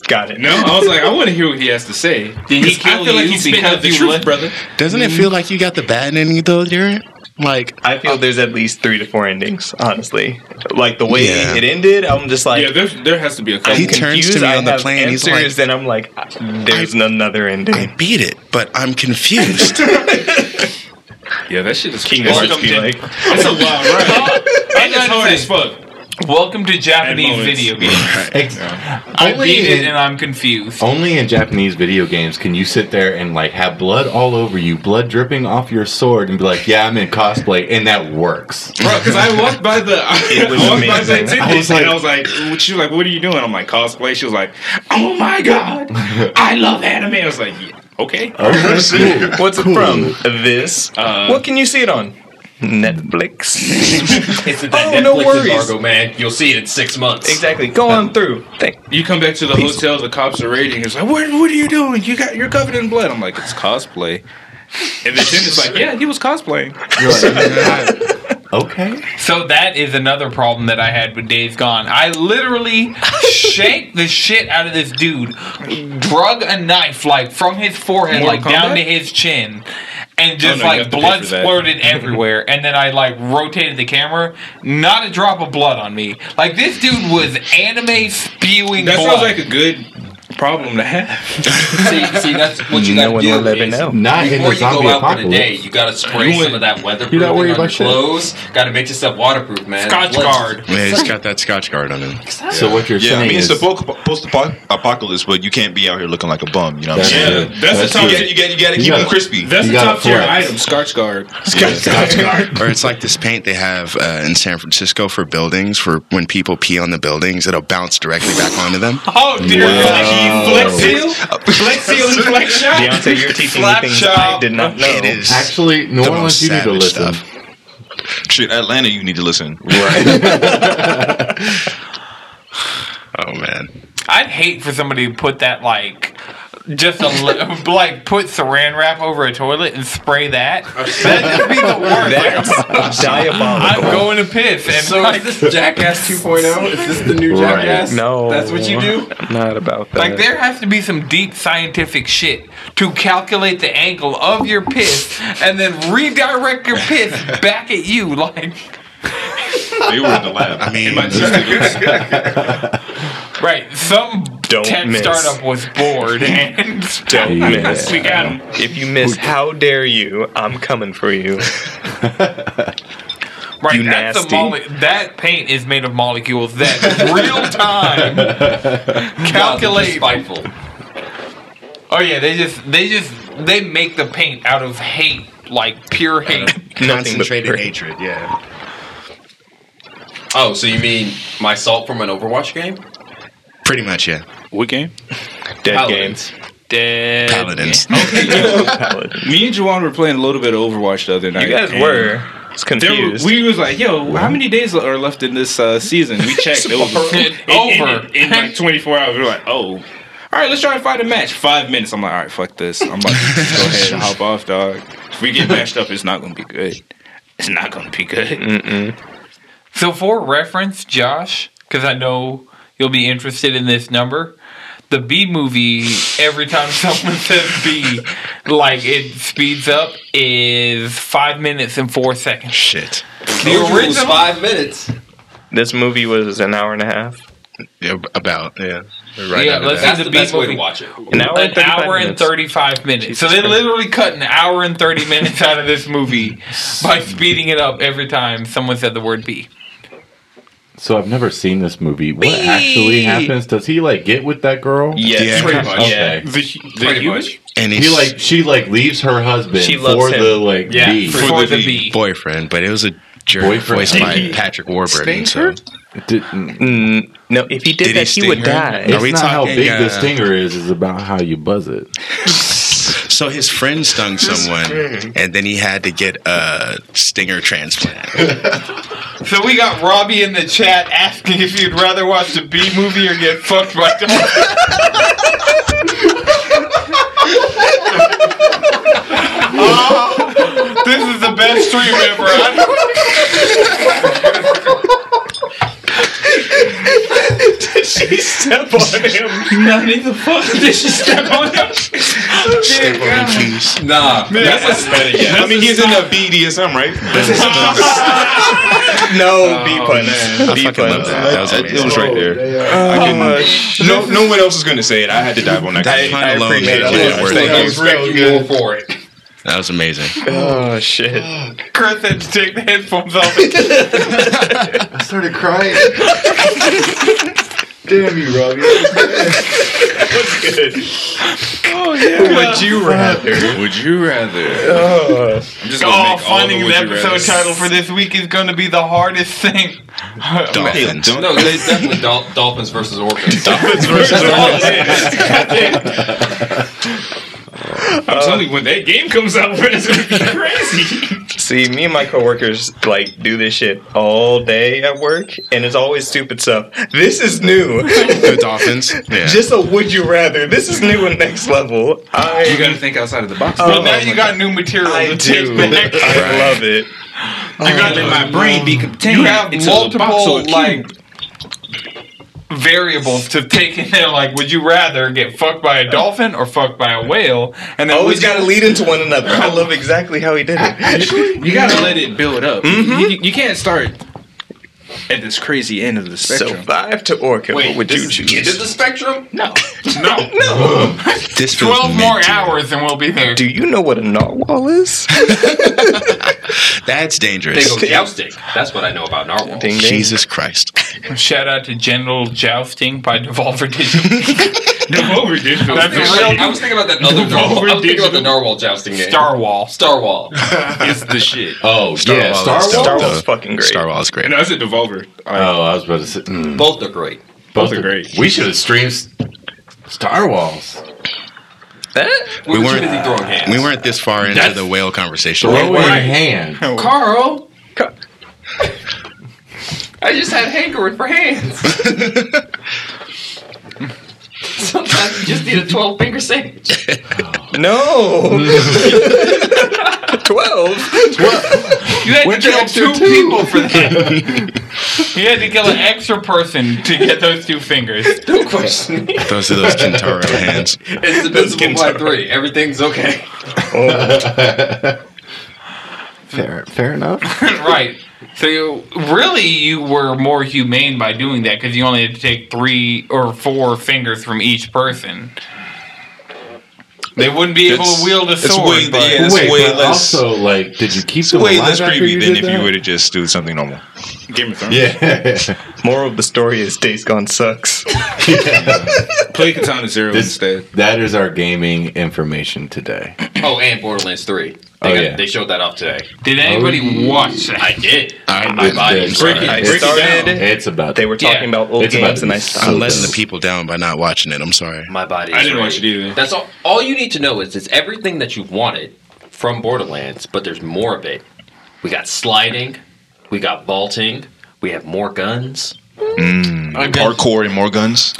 Got it. No, I was like, I want to hear what he has to say. Did he kill I feel like you he's spitting because out the you truth, left- brother. Doesn't it feel like you got the bad ending though, Darren? Like I feel there's at least three to four endings, honestly. Like the way Yeah. it ended, I'm just like, yeah, there, there has to be a couple. He turns to me I on the have plane. He's Answers, like, and I'm like, "Uh, there's another ending. I beat it, but I'm confused. yeah, that shit is King of Hearts be like, [LAUGHS] That's a wild ride. and it's hard say- as fuck. Welcome to Japanese moments. video games. Ex- I Only beat in- it and I'm confused. Only in Japanese video games can you sit there and like have blood all over you, blood dripping off your sword, and be like, "Yeah, I'm in cosplay," and that works. Bro, because I walked by the, [LAUGHS] I It was walked by the amazing. attendant, I was like- and I was like, what- she was like, what are you doing? I'm like, cosplay. She was like, oh [LAUGHS] my god, I love anime. I was like, yeah, okay. what's it from? This. what can you see it on? Netflix. It's that Oh, no Netflix worries. embargo, man. You'll see it in six months. exactly. Go on through. Thank. You come back to the hotel, the cops are raiding. It's like, what, what are you doing? You got, you're covered in blood. I'm like, it's cosplay. And the attendant's like, yeah, he was cosplaying. [LAUGHS] Okay, So that is another problem that I had with Days Gone. I [LAUGHS] literally shanked the shit out of this dude, drug a knife like from his forehead, Mortal like down Kombat? Oh, to his chin, and just no, you like have to pay blood for that. [LAUGHS] squirted everywhere. And then I like rotated the camera, not a drop of blood on me. Like this dude was anime spewing That blood. sounds like a good problem to have. See, see, that's what you No gotta one do will ever is know. not in Before the you go zombie out for the day, apocalypse. you gotta spray some of that weatherproofing not worried on your about shit. clothes. Gotta make yourself waterproof, man. Scotch Blood- guard. Man, he's got that scotch guard on him. So what you're Yeah, saying I mean, is, it's the post apocalypse, but you can't be out here looking like a bum. You know what I'm That's [LAUGHS] saying? true. That's You gotta, true. you gotta, you gotta keep You gotta- them crispy. That's You a gotta top tier flex. item. Scotch guard. or it's like this paint they have uh, in San Francisco for buildings for when people pee on the buildings, it'll bounce directly back onto them. oh dear, Wow. flex seal, [LAUGHS] flex seal, and flex shot. Beyonce, you're teaching me Slap things I shop. did not know. It is actually New the Orleans. most You need to savage listen. stuff. Shit, Atlanta, you need to listen. Oh man, I'd hate for somebody to put that like just a li- [LAUGHS] like put Saran wrap over a toilet and spray that. That would be the [LAUGHS] worst. Like, Diabolical. I'm going to piss, and So like, is this Jackass 2.0? Is this the new Right. Jackass? No. That's what you do? Not about [LAUGHS] that. like there has to be some deep scientific shit to calculate the angle of your piss and then redirect your piss [LAUGHS] back at you. Like, They were in the lab. I mean- [LAUGHS] right? Some Don't tech miss. startup was [LAUGHS] bored and Don't miss. we got him. If you miss, how dare you? I'm coming for you. Right, You that's nasty. The mole- that paint is made of molecules that [LAUGHS] real time calculate. Spiteful. Oh yeah, they just they just they make the paint out of hate, like pure hate. Nothing but Concentrated great. hatred, yeah. Oh, so you mean my salt from an Overwatch game? Pretty much, yeah. What game? Dead [LAUGHS] Paladins. games. [LAUGHS] Dead. Paladins. Oh, Paladins. Me and Juwan were playing a little bit of Overwatch the other night. You guys and were. It's There, confused. we was like, yo, how many days are left in this uh, season? [LAUGHS] We checked. it was It's it ended over. in like 24 hours. We are like, oh, all right, let's try and find a match. Five minutes. I'm like, all right, fuck this. I'm about to just go ahead and hop off, dog. If we get matched up, it's not gonna be good. It's not gonna be good. So for reference, Josh, because I know you'll be interested in this number. The B movie, every time [LAUGHS] someone says B, like it speeds up, is five minutes and four seconds. Shit. The original five minutes. this movie was an hour and a half. Yeah, about, yeah. Right Yeah, under let's- that. That's the the best B way to movie. watch it. An hour an and 35 hour and minutes. 35 minutes. so they literally cut an hour and 30 minutes out of this movie by speeding it up every time someone said the word B. So I've never seen this movie. What actually happens? Does he like get with that girl? Yeah. pretty much. Okay. The, the Pretty human? much. And He he's like she like leaves her husband She loves for him. the like Yeah, bee. for, the, B. boyfriend, but it was a jerk Boyfriend. voiced by Patrick Warburton. So. Did- Mm, no, if he did, Did he that, he, sting would her? die. No. It's Are we not how talking, big the uh, stinger is. It's about how you buzz it. so his friend stung someone, and then he had to get a stinger transplant. [LAUGHS] So we got Robbie in the chat asking if you'd rather watch the B movie or get fucked by Dolph. Oh, this is the best stream ever. I- Step on him. Did she step on him? Step on me, please. Nah. That's I mean, he's in the BDSM, right? No, B pun. B fucking pun. love that. That was That- amazing. it was right there. I couldn't- no, no one else is going to say it. I had to dive on that. That I, pun I alone appreciate made it it. worth Thank it. you. was respect you more for it. That was amazing. Oh shit. Chris had to take the headphones off and I started crying. Damn you, Robbie. Would you rather? Would you rather? I'm just Oh, gonna make all finding the the, would you episode rathers. title for this week is going to be the hardest thing. Dolphins. No, they definitely dol- dolphins versus orcas. I'm telling you, when that game comes out, [LAUGHS] it's gonna be crazy. See, me and my coworkers like do this shit all day at work, and it's always stupid stuff. This is new. The Dolphins. Yeah. Just a would you rather. This is new and next level. you I, gotta think outside of the box. Well, now you got new material I to take do. back. I love it. You gotta let my brain be contained. You have into a box or a multiple cube. like variables to take in there. Like, would you rather get fucked by a dolphin or fucked by a whale? And Oh, then Always would you- got to lead into one another. I love exactly how he did it. You gotta let it build up. You, you can't start at this crazy end of [LAUGHS] the spectrum. Survive to Orca. what would you choose? Is the spectrum? [LAUGHS] no, This feels twelve more mint. hours and we'll be there. Do you know what a narwhal is? That's They dangerous. go jousting. That's what I know about narwhal. Ding, ding. Jesus Christ. Shout out to General Jousting by Devolver Digital. Over, dude. That's Actually, a I real was thinking about that other narwhal. I was thinking about the narwhal jousting game. Starwall. Starwall. Uh, It's the shit. Oh yeah, Wars Star is Wars. dope, Star Wars though. is fucking great. Star Wars is great. And that's a devolver. Oh, I was about to say. mm, Both are great. Both are great. We should have streamed S- Star Wars. We, We were weren't- too busy throwing [LAUGHS] hands. We weren't this far into the whale conversation. Throw in Right. hand. Carl. I just had hankering for hands. Sometimes you just need a 12 finger sandwich. No. Twelve. You had to Where'd kill the two, extra two? people for that. you had to kill an extra person to get those two fingers. Those are those Kentaro hands. It's divisible by three. Everything's okay. Fair, fair enough. right. So you, really, you were more humane by doing that because you only had to take three or four fingers from each person. They wouldn't be able to It's- wield a it's sword. way- but- yeah. It's Wait, way but less- also like, did you keep It's them way alive less after creepy you than did if that? you would have just do something normal. Game of [LAUGHS] [LAUGHS] Thrones. Yeah, Moral of the story is Days Gone sucks. Play Katana Zero This- instead. that is our gaming information today. Oh, and Borderlands 3. They, Oh, got- yeah. they showed that off today. Did Oh. anybody watch that? I did. I, It's bought it. big. Break it- I break it down. started. It's about. They were talking Yeah. about old It's about games, to and be I I'm so stopped. letting the dumb. people down by not watching it. I'm sorry. My body. Is I didn't ready. watch it either. That's all. All you need to know is it's everything that you wanted from Borderlands, but there's more of it. We got sliding, we got vaulting, we have more guns. Hardcore and more guns.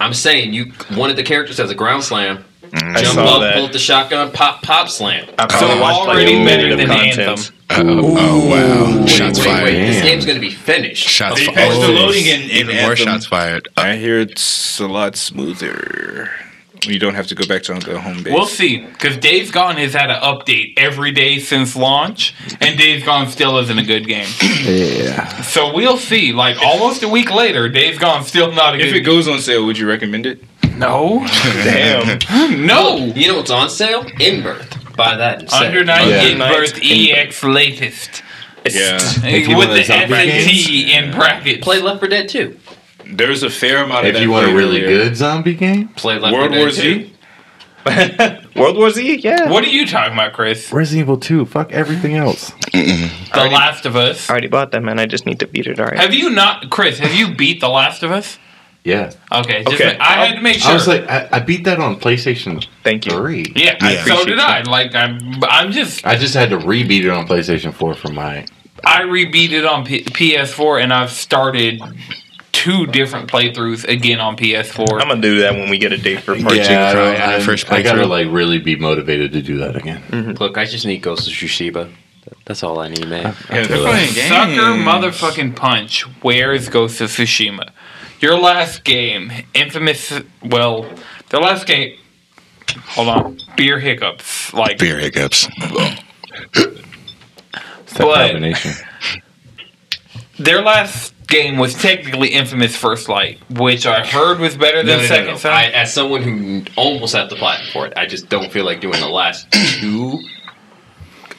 I'm saying you one of the characters has a ground slam, Mm-hmm. I jump saw up, that. pull up the shotgun, pop, pop slam. I probably So watched like already a minute better of than content. Anthem. Oh wow! Shots Wait, fired. wait, this Damn. game's gonna be finished. Shots They fired. patched the loading in, in Even more Anthem. shots fired. I hear it's a lot smoother. You don't have to go back to the home base. We'll see, because Days Gone has had an update every day since launch, and Days Gone still isn't a good game. Yeah. So we'll see. Like almost a week later, Days Gone still not a if good. it goes on sale, would you recommend it? no, Damn. no. You know what's on sale? Inbirth. Buy that. instead. Under nine Yeah. yeah. birth EX E latest Yeah. If you with want the a zombie FNT in brackets. Play Left 4 Dead 2. There's a fair amount of If that you want a played really earlier. good zombie game, Play Left 4 World Dead War 2. Z? World War Z? Yeah. What are you talking about, Chris? Resident Evil Two, fuck everything else. The Last of Us. I already bought that, man. I just need to beat it. All right. Have you not, Chris? Have you beat The Last of Us? Yeah, Okay, just Okay. ma- I had to make sure. I was like, I, I beat that on PlayStation Thank you. Three. yeah, Yeah. so did I. Like I'm, I'm just I just had to rebeat it on PlayStation Four for my. I rebeat it on P- PS4 and I've started two different playthroughs again on PS4. I'm gonna do that when we get a date for part Yeah. I, try don't- it on I'm- first I gotta playthrough. like really be motivated to do that again. Look, I just need Ghost of Tsushima. That's all I need, Uh, man. Yeah, they're Really? playing games. Sucker motherfucking punch. Where's Ghost of Tsushima? Your last game, infamous. Well, their last game. Hold on, beer hiccups. Like Beer hiccups. It's that But- combination. [LAUGHS] their last game was technically infamous first light, which I heard was better than No, no, no, second no. I, sight. as someone who almost had the platinum for it, I just don't feel like doing the last two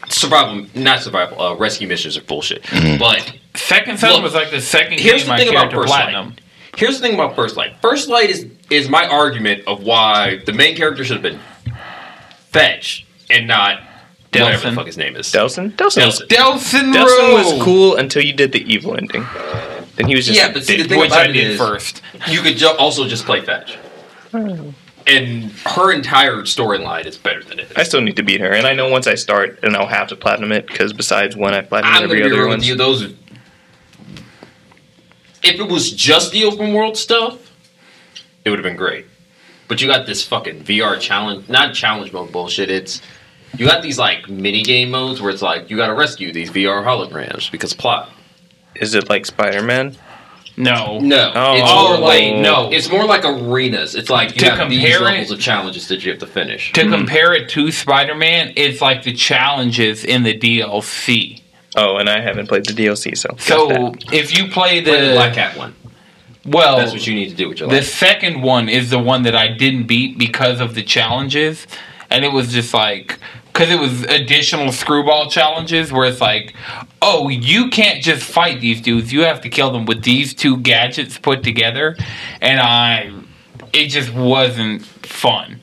survival, not survival, uh, rescue missions are bullshit. But second sight Look, was like the second here's game the I thing cared about to First platinum. Light. here's the thing about First Light. First Light is is my argument of why the main character should have been Fetch and not whatever the Delson. fuck his name is. Delson? Delson. was- Delson. Delson Delson Road. was cool until you did the evil ending. Then he was just Yeah, but see, the thing Which about I it did is- first. You could ju- also just [LAUGHS] play Fetch. And her entire storyline is better than it. I still need to beat her, and I know once I start, and I'll have to platinum it because besides one, I platinum I'm every gonna be other real one. with you. Those, if it was just the open world stuff, it would have been great. But you got this fucking VR challenge, not challenge mode bullshit. It's you got these like mini game modes where it's like you got to rescue these VR holograms because plot. Is it like Spider Man? No. No, Oh. it's Oh, more like wait, no. it's more like arenas. It's like you To have these compare it- levels of challenges that you have to finish. To compare it to Spider Man, it's like the challenges in the DLC. Oh, and I haven't played the DLC, so. got So that. if you play the, Play the Black Cat one. well, That's what you need to do with your the life. second one is the one that I didn't beat because of the challenges, and it was just like because it was additional screwball challenges where it's like, oh, you can't just fight these dudes; you have to kill them with these two gadgets put together, and I, it just wasn't fun.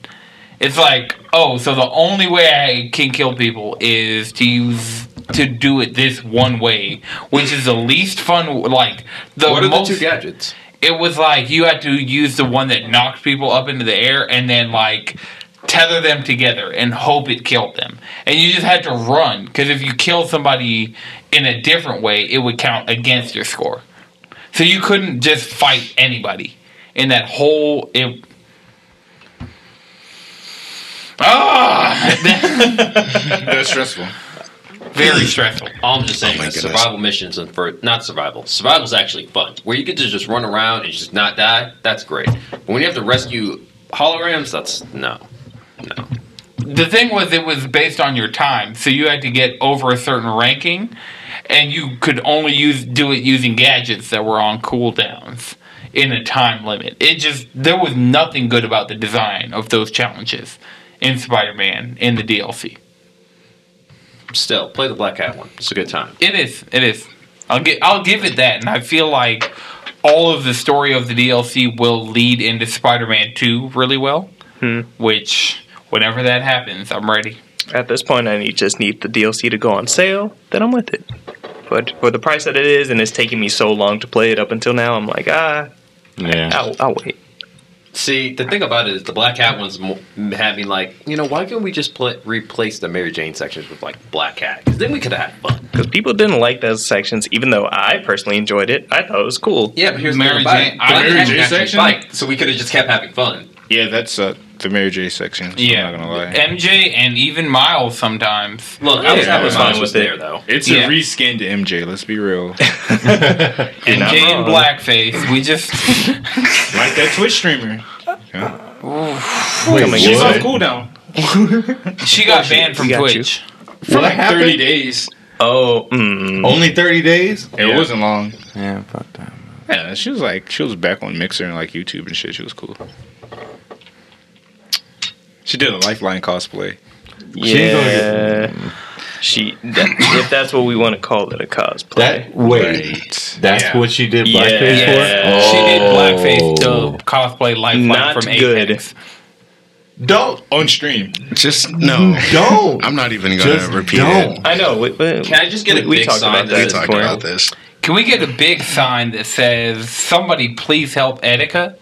It's like, oh, so the only way I can kill people is to use to do it this one way, which is the least fun. Like the What are most, the two gadgets? it was like you had to use the one that knocked people up into the air and then like tether them together and hope it killed them. And you just had to run because if you killed somebody in a different way, it would count against your score. So you couldn't just fight anybody in that whole. It, That's stressful. Very stressful. All I'm just saying my is goodness. survival missions and for not survival. Survival's actually fun. Where you get to just run around and just not die, that's great. But when you have to rescue holograms, that's no. The thing was, it was based on your time, so you had to get over a certain ranking, and you could only use do it using gadgets that were on cooldowns in a time limit. It just there was nothing good about the design of those challenges in Spider-Man in the DLC. Still, play the Black Hat one. It's a good time. It is. It is. I'll get. I'll give it that, and I feel like all of the story of the DLC will lead into Spider-Man Two really well. Which, whenever that happens, I'm ready. At this point, I need, just need the DLC to go on sale. Then I'm with it. But for the price that it is, and it's taking me so long to play it up until now, I'm like, ah, Yeah. I'll, I'll wait. See, the thing about it is the Black Hat ones mo- had me like, you know, why can't we just pl- replace the Mary Jane sections with like Black Hat? 'Cause then we could have had fun. Because people didn't like those sections, even though I personally enjoyed it. I thought it was cool. Yeah, but here's Mary the Jane- thing about it. I- Black Mary Hat Jane was actually section? fun, so we could have just kept having fun. Yeah, that's uh, the Mary J section. Yeah, Yeah, I'm not gonna lie. MJ and even Miles sometimes. Look, I was Yeah, I having was fine fun with with it. there though. It's Yeah. a reskinned MJ. Let's be real. like MJ in wrong. blackface. We just that Twitch streamer. Wait, Coming She's what? off cooldown she got banned from We got you. Twitch. for What like happened? thirty days. Oh, mm, Only 30 days? It wasn't long. Yeah, fuck that. Yeah, she was like she was back on Mixer and like YouTube and shit. She was cool. She did a lifeline cosplay. yeah. She, that, if that's what we want to call it, a cosplay. That wait, that's Yeah. what she did blackface Yeah. for. She did Oh. blackface dub cosplay lifeline Not from good. Apex. Don't, On stream. Just no. [LAUGHS] don't. I'm not even gonna Just repeat don't. it. I know. We, we, Can I just get a we big talked sign about that We this says talked before. about this. Can we get a big sign that says "Somebody please help Etika"?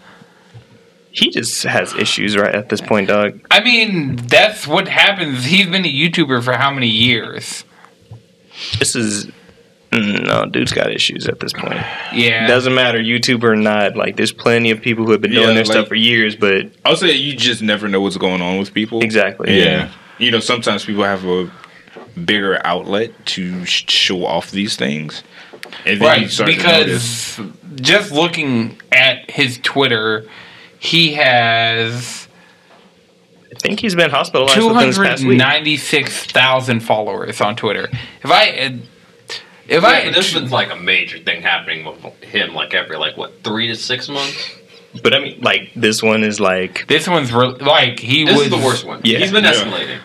He just has issues right at this point, dog. I mean, that's what happens. He's been a YouTuber for how many years? This is mm, no, dude's got issues at this point. Yeah. Doesn't matter YouTube or not. Like, there's plenty of people who have been doing Yeah, their like- stuff for years, but I'll say you just never know what's going on with people. exactly. Yeah. You know, sometimes people have a bigger outlet to sh- show off these things. And then you right, start to notice. because just looking at his Twitter, he has I think he's been hospitalized two within this past hundred week. ninety-six thousand followers on Twitter. If I, if Yeah, I, but this was like a major thing happening with him, like every like what three to six months. But I mean, like, this one is like, this one's re- like he This was is the worst one. Yeah. he's been Yeah. escalating.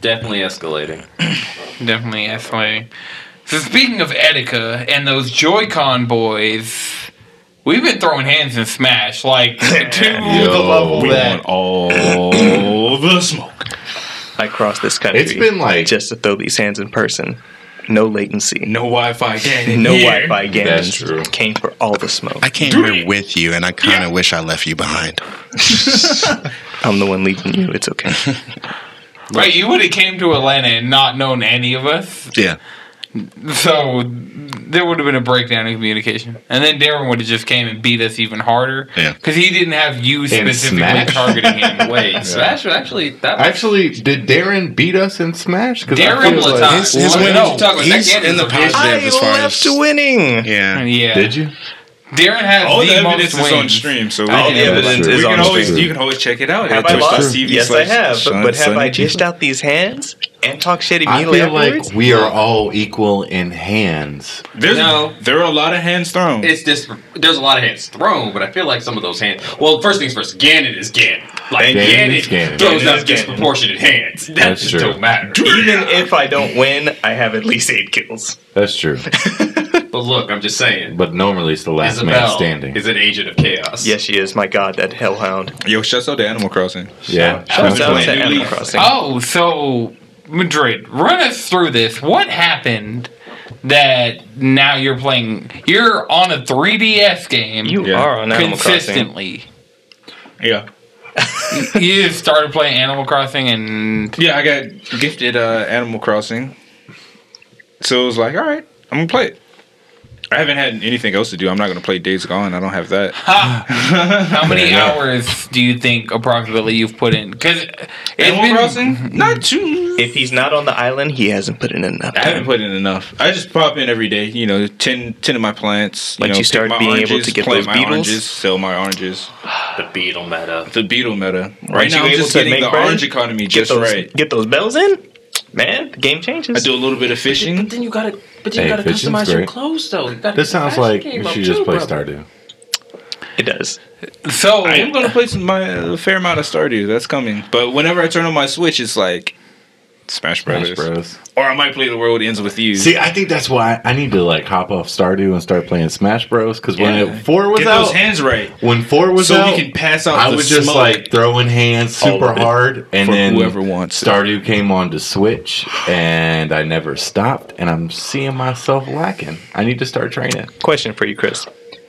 Definitely escalating. Definitely escalating. So speaking of Etika and those Joy-Con boys, we've been throwing hands in Smash like to the level we that want all the smoke. I crossed this country. It's been like just to throw these hands in person. No latency. No Wi-Fi. gang. No Wi-Fi games. That's true. Came for all the smoke. I came here with you, and I kind of wish I left you behind. I'm the one leading you. It's okay. right. You would have came to Atlanta and not known any of us, Yeah. so there would have been a breakdown in communication, and then Darren would have just came and beat us even harder Yeah. because he didn't have you specifically Smash. targeting him. Wait, [LAUGHS] Smash was actually that was actually did Darren beat us in Smash? Because Darren was like, times. His, his I win, know. he's That game in the is a- positive I as far left as to winning. yeah. Yeah, Did you? Darren has All the, the, evidence most is on wins. stream, so All the we can- evidence true. we is can on always screen. you can always check it out. Have at I lost? twitch.tv Yes, I slash have. Sun- but have I Sunny dished Tuesday. out these hands and talk shit I immediately feel afterwards? like we are all equal in hands. There's, No. There are a lot of hands thrown. It's just there's a lot of hands thrown, but I feel like some of those hands. Well, first things first, Ganon is Ganon. Like And Ganon Ganon, is Ganon. throws Ganon out is Ganon. disproportionate hands. [LAUGHS] That That's just true. don't matter. [LAUGHS] Even if I don't win, I have at least eight kills. That's true. But look, I'm just saying. But normally it's the last man Isabelle standing. is an agent of chaos. Yes, she is. My God, that hellhound. Yo, shut out the Animal Crossing. yeah. Shout out playing to New Animal Leaf. Crossing. Oh, so Madrid, run us through this. What happened that now you're playing? You're on a 3DS game you yeah. are on Animal Crossing. consistently. [LAUGHS] Yeah. you started playing Animal Crossing, and Yeah, I got gifted uh, Animal Crossing. So it was like, all right, I'm going to play it. I haven't had anything else to do. I'm not going to play Days Gone. I don't have that. [LAUGHS] How many hours do you think approximately you've put in? Because Animal Crossing? Not too. If he's not on the island, he hasn't put in enough. I haven't time. put in enough. I just pop in every day. You know, 10, 10 of my plants. Once know, you pick start my being able to get plant those my beetles? oranges, sell my oranges. The beetle meta. The beetle meta. Aren't Right now, you I'm able just to getting make the bread? orange economy get just those right. get those bells in. Man, the game changes. I do a little bit of fishing. But then you gotta, but then Hey, you gotta fishing's customize your great. clothes though. You gotta This sounds fashion like game you up should just too, play brother. Stardew. It does. so I am going to play some my a fair amount of Stardew. That's coming. But whenever I turn on my Switch, it's like Smash Brothers. Smash Bros. Or I might play The World Ends With You. See, I think that's why I need to like hop off Stardew and start playing Smash Bros. Because when Yeah. it, four was Get out, those hands right. when four was so out, we can pass out I the was just smoke like throwing hands super hard, and for then whoever wants it. Stardew came on to Switch, and I never stopped. And I'm seeing myself lacking. I need to start training. Question for you, Chris.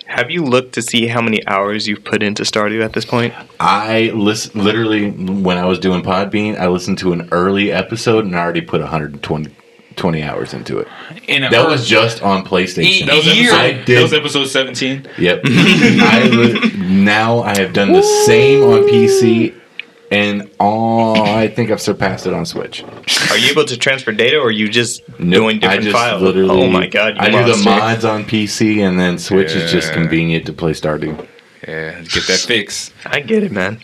Have you looked to see how many hours you've put into Stardew at this point? I listen literally when I was doing Podbean, I listened to an early episode and I already put 120 20 hours into it. in a That was just on PlayStation. That was episode- I E- That was did. episode 17. [LAUGHS] Yep. I li- now I have done the same on PC, and all I think I've surpassed it on Switch. Are you able to transfer data, or are you just Nope, doing I different just files? literally- Oh my god! You I do the monster. mods on PC, and then Switch is just Yeah. convenient to play Stardew. Yeah, get that fix. I get it, man.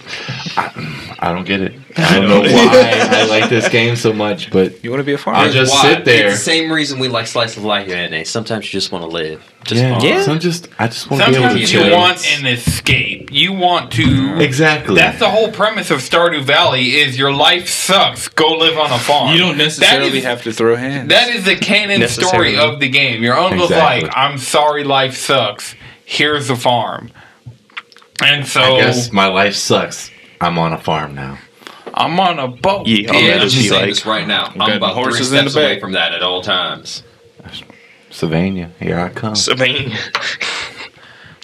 I don't get it. I don't know why I like this game so much, but You want to be a farmer? I'll just Why? sit there. It's the same reason we like slice of life anime. Sometimes you just want to live. Just yeah, farm. yeah. So I'm just, I just want to be able to Sometimes you chill. want an escape. You want to. exactly. That's the whole premise of Stardew Valley: is your life sucks. Go live on a farm. you don't That necessarily is- have to throw hands. That is the canon Necessarily. story of the game. Your uncle's Exactly. like, "I'm sorry, life sucks. Here's the farm." And so I guess my life sucks. I'm on a farm now. I'm on a boat. Yeah, I'll Yeah, let I'm it just be saying like. this right now. got I'm about three horses in steps the away back. from that at all times. Sylvania, here I come. Sylvania.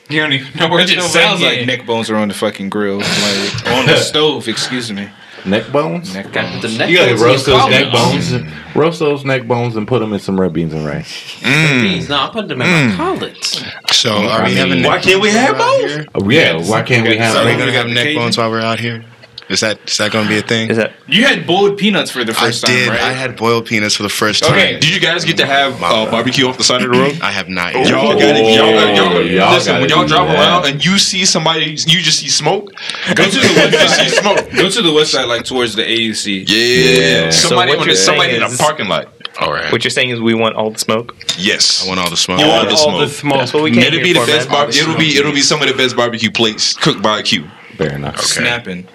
You don't even know where It just sounds like neck bones are on the fucking grill, like on the stove. Excuse me. neck bones. Neck Got bones. the neck You gotta bones in roast your those palm. neck bones. Mm. [LAUGHS] Roast those neck bones and put them in some red beans and rice. Beans. No, I'm putting them in my collets. So are we having? why can't we have both? Oh, yeah, why can't we have? Are we them? gonna have neck Cajun? bones while we're out here? Is that is that gonna be a thing? Is that You had boiled peanuts for the I first did. time, right? I had boiled peanuts for the first time. Okay. Did you guys get to have uh, barbecue off the side of the road? I have not. Y'all Y'all got it. Y'all, Oh, got y'all, y'all listen, gotta when y'all do drive that. around [LAUGHS] and you see somebody, you just see smoke. Go to the [LAUGHS] website. smoke. Go to the website, like towards the AUC. Yeah. So Somebody, what on you're the, somebody saying in a is- parking lot. All right. what you're saying? Is we want all the smoke? Yes. I want all the smoke. You want All the all the smoke. smoke. That's what we came It'll here be the for, best man. bar- It'll be it'll be some of the best barbecue plates cooked by Q. Fair enough. Snapping.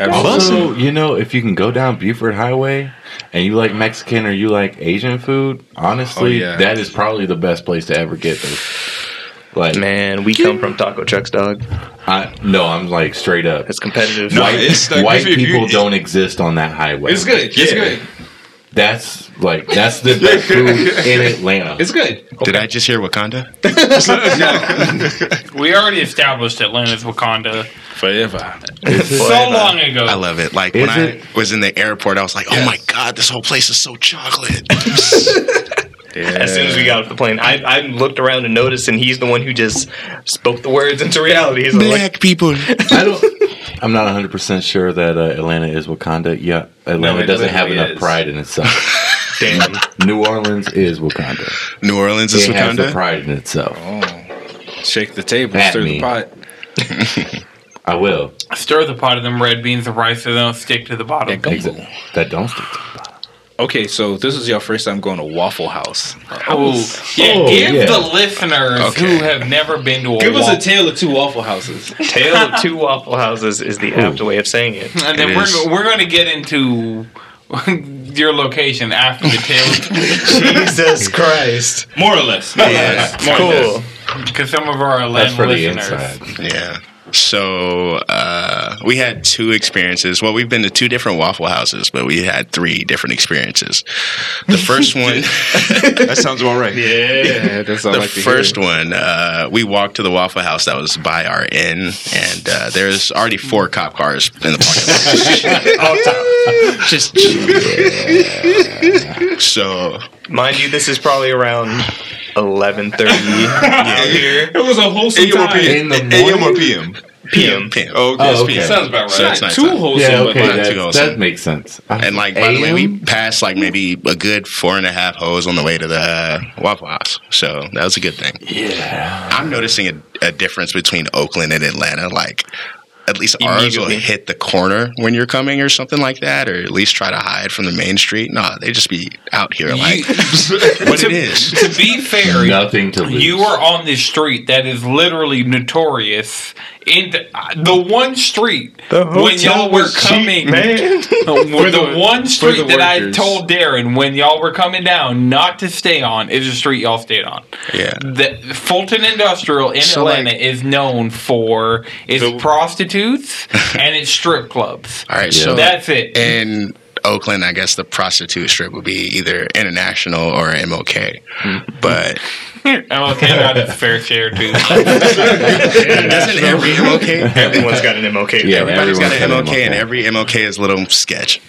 Also, you know, if you can go down Buford Highway and you like Mexican or you like Asian food, honestly, Oh, yeah. that is probably the best place to ever get this. Like, Man, we come from taco trucks, dog. I, no, I'm like straight up. That's competitive. No, White, it's like, white if you- if you- people don't exist on that highway. It's good. It's Yeah. good. That's like that's the [LAUGHS] best food in Atlanta. It's good. Did I just hear Wakanda? We already established Atlanta's Wakanda Forever. so long ago. I love it. Like Is when I it? was in the airport, I was like, "Oh my god, this whole place is so chocolate." As soon as we got off the plane, I, I looked around and noticed, and he's the one who just spoke the words into reality. He's like, Black people. I don't. I'm not 100 percent sure that uh, Atlanta is Wakanda. Yeah, Atlanta it doesn't have literally enough is. pride in itself. [LAUGHS] damn. New Orleans is Wakanda. New Orleans is It has the Wakanda. pride in itself. Oh. Shake the table, At stir me. the pot. I will. Stir the pot of them red beans and rice so they don't stick to the bottom. Exit. That don't stick. to it. Okay, so this is your first time going to Waffle House. Oh, yeah, Oh, give yeah. the listeners Okay. who have never been to a Give us a Waffle- tale of two Waffle Houses. Tale of Two Waffle Houses is the apt way of saying it. and then It we're, is. we're going to get into [LAUGHS] your location after the tale [LAUGHS] Jesus Christ. More or less. Yeah. More or less. Cool. because some of our That's Atlanta for the listeners. [LAUGHS] inside. Yeah. So uh, we had two experiences. Well, we've been to two different Waffle Houses, but we had three different experiences. The first one. That sounds about right. Yeah, that's all the I like to hear. first one, uh, we walked to the Waffle House that was by our inn, and uh, there's already four cop cars in the parking lot. [LAUGHS] Just so Mind you, this is probably around eleven [LAUGHS] thirty It was a wholesome AM or In PM? the AM or morning? PM? p.m. PM. Oh, okay. Oh, okay. Sounds about So right. it's not Too wholesome. Yeah, but okay. not too That, wholesome. that makes sense. And like by the way, we AM? passed like maybe a good four and a half hoes on the way to the uh, Waffle House, so that was a good thing. Yeah, I'm noticing a, a difference between Oakland and Atlanta. Like at least ours will hit the corner when you're coming or something like that, or at least try to hide from the main street. No, they just be out here like, [LAUGHS] but [LAUGHS] it is. To be fair, [LAUGHS] nothing to lose. You are on this street that is literally notorious. In the, the one street when y'all were coming, [LAUGHS] man. the, the- one street the that I workers. told Darren when y'all were coming down not to stay on is the street y'all stayed on. Yeah. The Fulton Industrial in So, Atlanta like- is known for its [LAUGHS] prostitutes and its strip clubs. All right, so That's it. in Oakland, I guess the prostitute strip would be either international or MLK. But I'm Oh, okay about its fair share [LAUGHS] too. doesn't every MLK Everyone's got an MLK. Yeah, Everybody's got an everyone's MLK, and every MLK is a little sketch.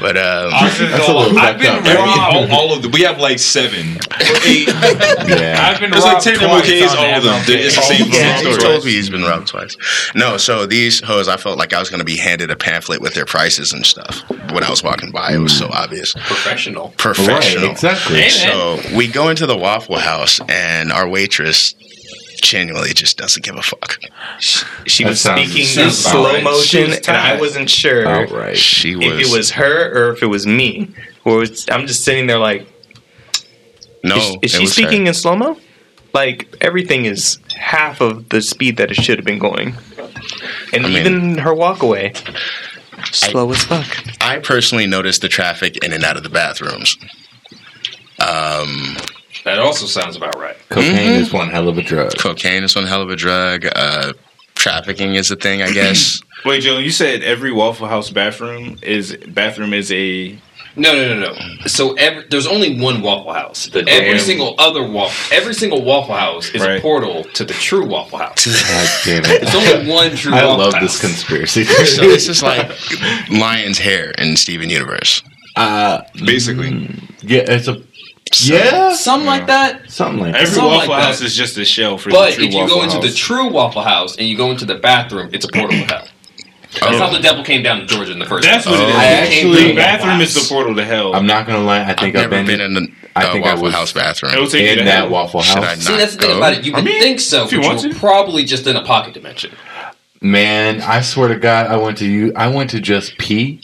But um, [LAUGHS] Ours is That's a all- little I've been fucked up, right? robbed. [LAUGHS] All, all of them. We have like seven. Yeah. I've been There's like robbed 10 twice MLKs, on all of them. MLK. It's the same yeah, he story. told me he's been robbed twice. No, so these hoes, I felt like I was going to be handed a pamphlet with their prices and stuff when I was walking by. It was so obvious. Professional. Professional. Right, exactly. Hey, man. So we go into the Waffle House, and our waitress genuinely just doesn't give a fuck. She That was sounds- speaking in sounds about slow right. motion, She was and I tired. wasn't sure All right. She was, if it was her or if it was me. Or was, I'm just sitting there like, no. is, is it she was her. speaking in slow mo? Like everything is half of the speed that it should have been going, and I mean- even her walk away, slow as fuck. I personally noticed the traffic in and out of the bathrooms. That also sounds about right. Cocaine is one hell of a drug. Cocaine is one hell of a drug. Uh, trafficking is a thing, I [LAUGHS] guess. Wait, Joe, you said every Waffle House bathroom is bathroom is a No, no, no, no. So every, there's only one Waffle House. every single other waffle, every single Waffle House is Right. a portal to the true [LAUGHS] Waffle House. God damn it. There's only one true. I Waffle love House. this conspiracy. so this is like lion's hair in Steven Universe. uh, Basically. yeah, it's a. Yeah? Something like that. Something like that. every Something Waffle like that. House is just a shell for But the true if you Waffle go into House. the true Waffle House and you go into the bathroom, it's a portal to hell. That's how the devil came down to Georgia in the first. That's what it is. I actually- the bathroom is the portal to hell. I'm not going to lie. I think I've I've, never been, in a I uh, think I Waffle was House bathroom. It'll take you to in that hell. Waffle Should I House. not See, that's the thing go? about it. You would think so, you but want you're to. probably just in a pocket dimension. Man, I swear to God, I went to you. I went to just pee,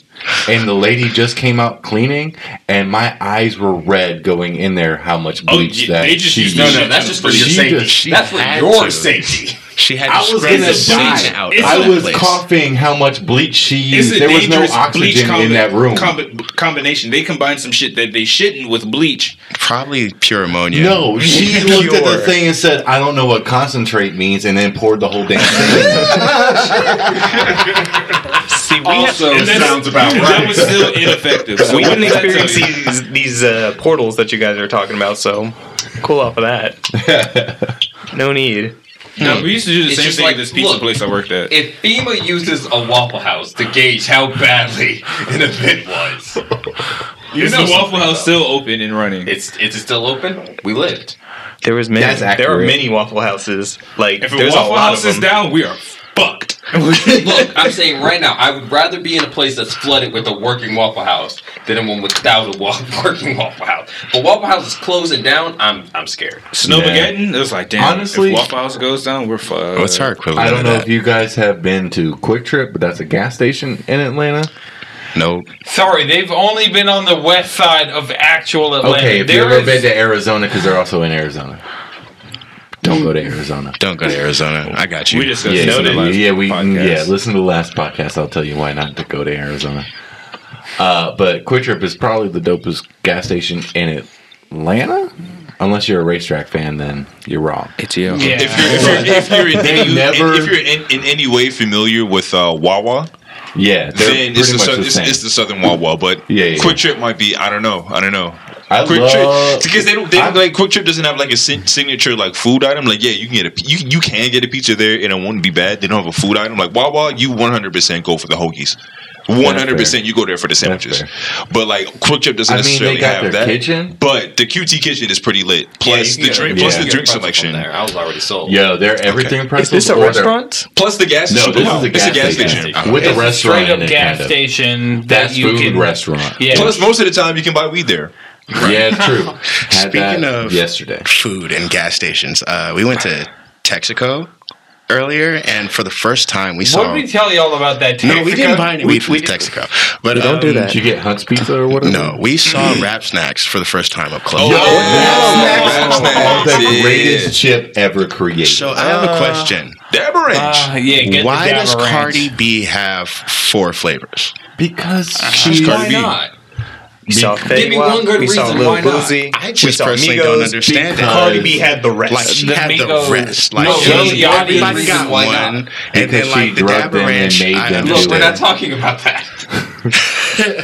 and the lady just came out cleaning, and my eyes were red going in there. How much Oh, bleach yeah, that they just she use No, used. no, that's just for She your safety. just- she that's for had your to. safety. She had I to was scrub the gonna bleach die. out. I of the was place. coughing how much bleach she It's used. a There was no dangerous bleach oxygen in combi- that room. combi- combination. They combined some shit that they shouldn't with bleach. Probably pure ammonia. [LAUGHS] No, she looked at Pure. the thing and said, "I don't know what concentrate means," and then poured the whole damn thing. [LAUGHS] See, we Also, That sounds about That was still ineffective. So we what wouldn't did that tell experience you? these, these uh, portals that you guys are talking about. So cool off of that. [LAUGHS] no need. No, we used to do the It's same just thing like, at this pizza look. place I worked at. If FEMA uses a Waffle House to gauge how badly [LAUGHS] an event was, Is know the Waffle something House about- still open and running? it's it's still open. We lived. There was many. That's there are accurate. many Waffle Houses. Like If a there's Waffle a lot House of is them. down, we are fucked. Look, I'm saying right now, I would rather be in a place that's flooded with a working Waffle House than in one without a wa- [LAUGHS] working Waffle House. But Waffle House is closing down. I'm I'm scared. Snowmageddon. It was like damn. Honestly- if Waffle House goes down, we're fucked. What's her equivalent? I don't of know that? if you guys have been to Quick Trip, but that's a gas station in Atlanta. Nope. Sorry, they've only been on the west side of actual Atlanta. Okay, if you've There ever is- been to Arizona, because they're also in Arizona. Don't go to Arizona. Don't go to Arizona. I got you. We discussed Yeah, this in the yeah, last yeah, we podcast. yeah. Listen to the last podcast. I'll tell you why not to go to Arizona. Uh, but Quick Trip is probably the dopest gas station in Atlanta. Unless you're a racetrack fan, then you're wrong. Yeah. If you're, if you're, if you're, [LAUGHS] in, They any, never- if you're in, in any way familiar with uh, Wawa, Yeah, they're then pretty it's the, much sou- the it's, same. it's the Southern Wawa. But Yeah, yeah, Quick Trip might be. I don't know. I don't know. I Quick love- Trip because they don't. They don't I- like Quick Trip doesn't have like a sin- signature like food item. Like yeah, you can get a p- you you can get a pizza there and it won't be bad. They don't have a food item like Wawa. You one hundred percent go for the hoagies. One hundred percent, you go there for the sandwiches, but like Quick Trip doesn't I mean, necessarily they got have their that. kitchen? but the QT kitchen is pretty lit. Plus the drink, plus the drink selection. There. I was already sold. Yo, they're everything okay. Is this a restaurant? Plus the gas No, station. this is a it's gas, a gas station, station. with It's a a restaurant straight in up gas it. Gas kind of. station that Fast you food can. restaurant. Yeah, Plus, most of the time you can buy weed there. Yeah, true. Had Speaking that of- yesterday, food and gas stations. Uh, we went to Texaco earlier, and for the first time, we what did saw. we tell y'all about that? no, we didn't buy any We- weed from we- Texaco, but Don't do um, that. did you get Hunt's pizza or whatever? No, Oh, we saw Rap Snacks for the first time up close. Oh, Rap snacks, the yeah. greatest chip ever created. So I have a question. Dab range. Uh, yeah, Uh, get Why the does Java Ranch. Cardi B have four flavors? because She's she's Cardi Why B. not? We saw Give me one good we saw reason Lil why not. Boozy, I we just saw personally don't Migos, understand because it. Cardi B had the Like rest. she The had Migos- the rest. Like No, she- Lil Yachty everybody is got why not. one, and Because then she like the drugged Dab them and Ranch. made I them do Look, we're understand. not talking about that.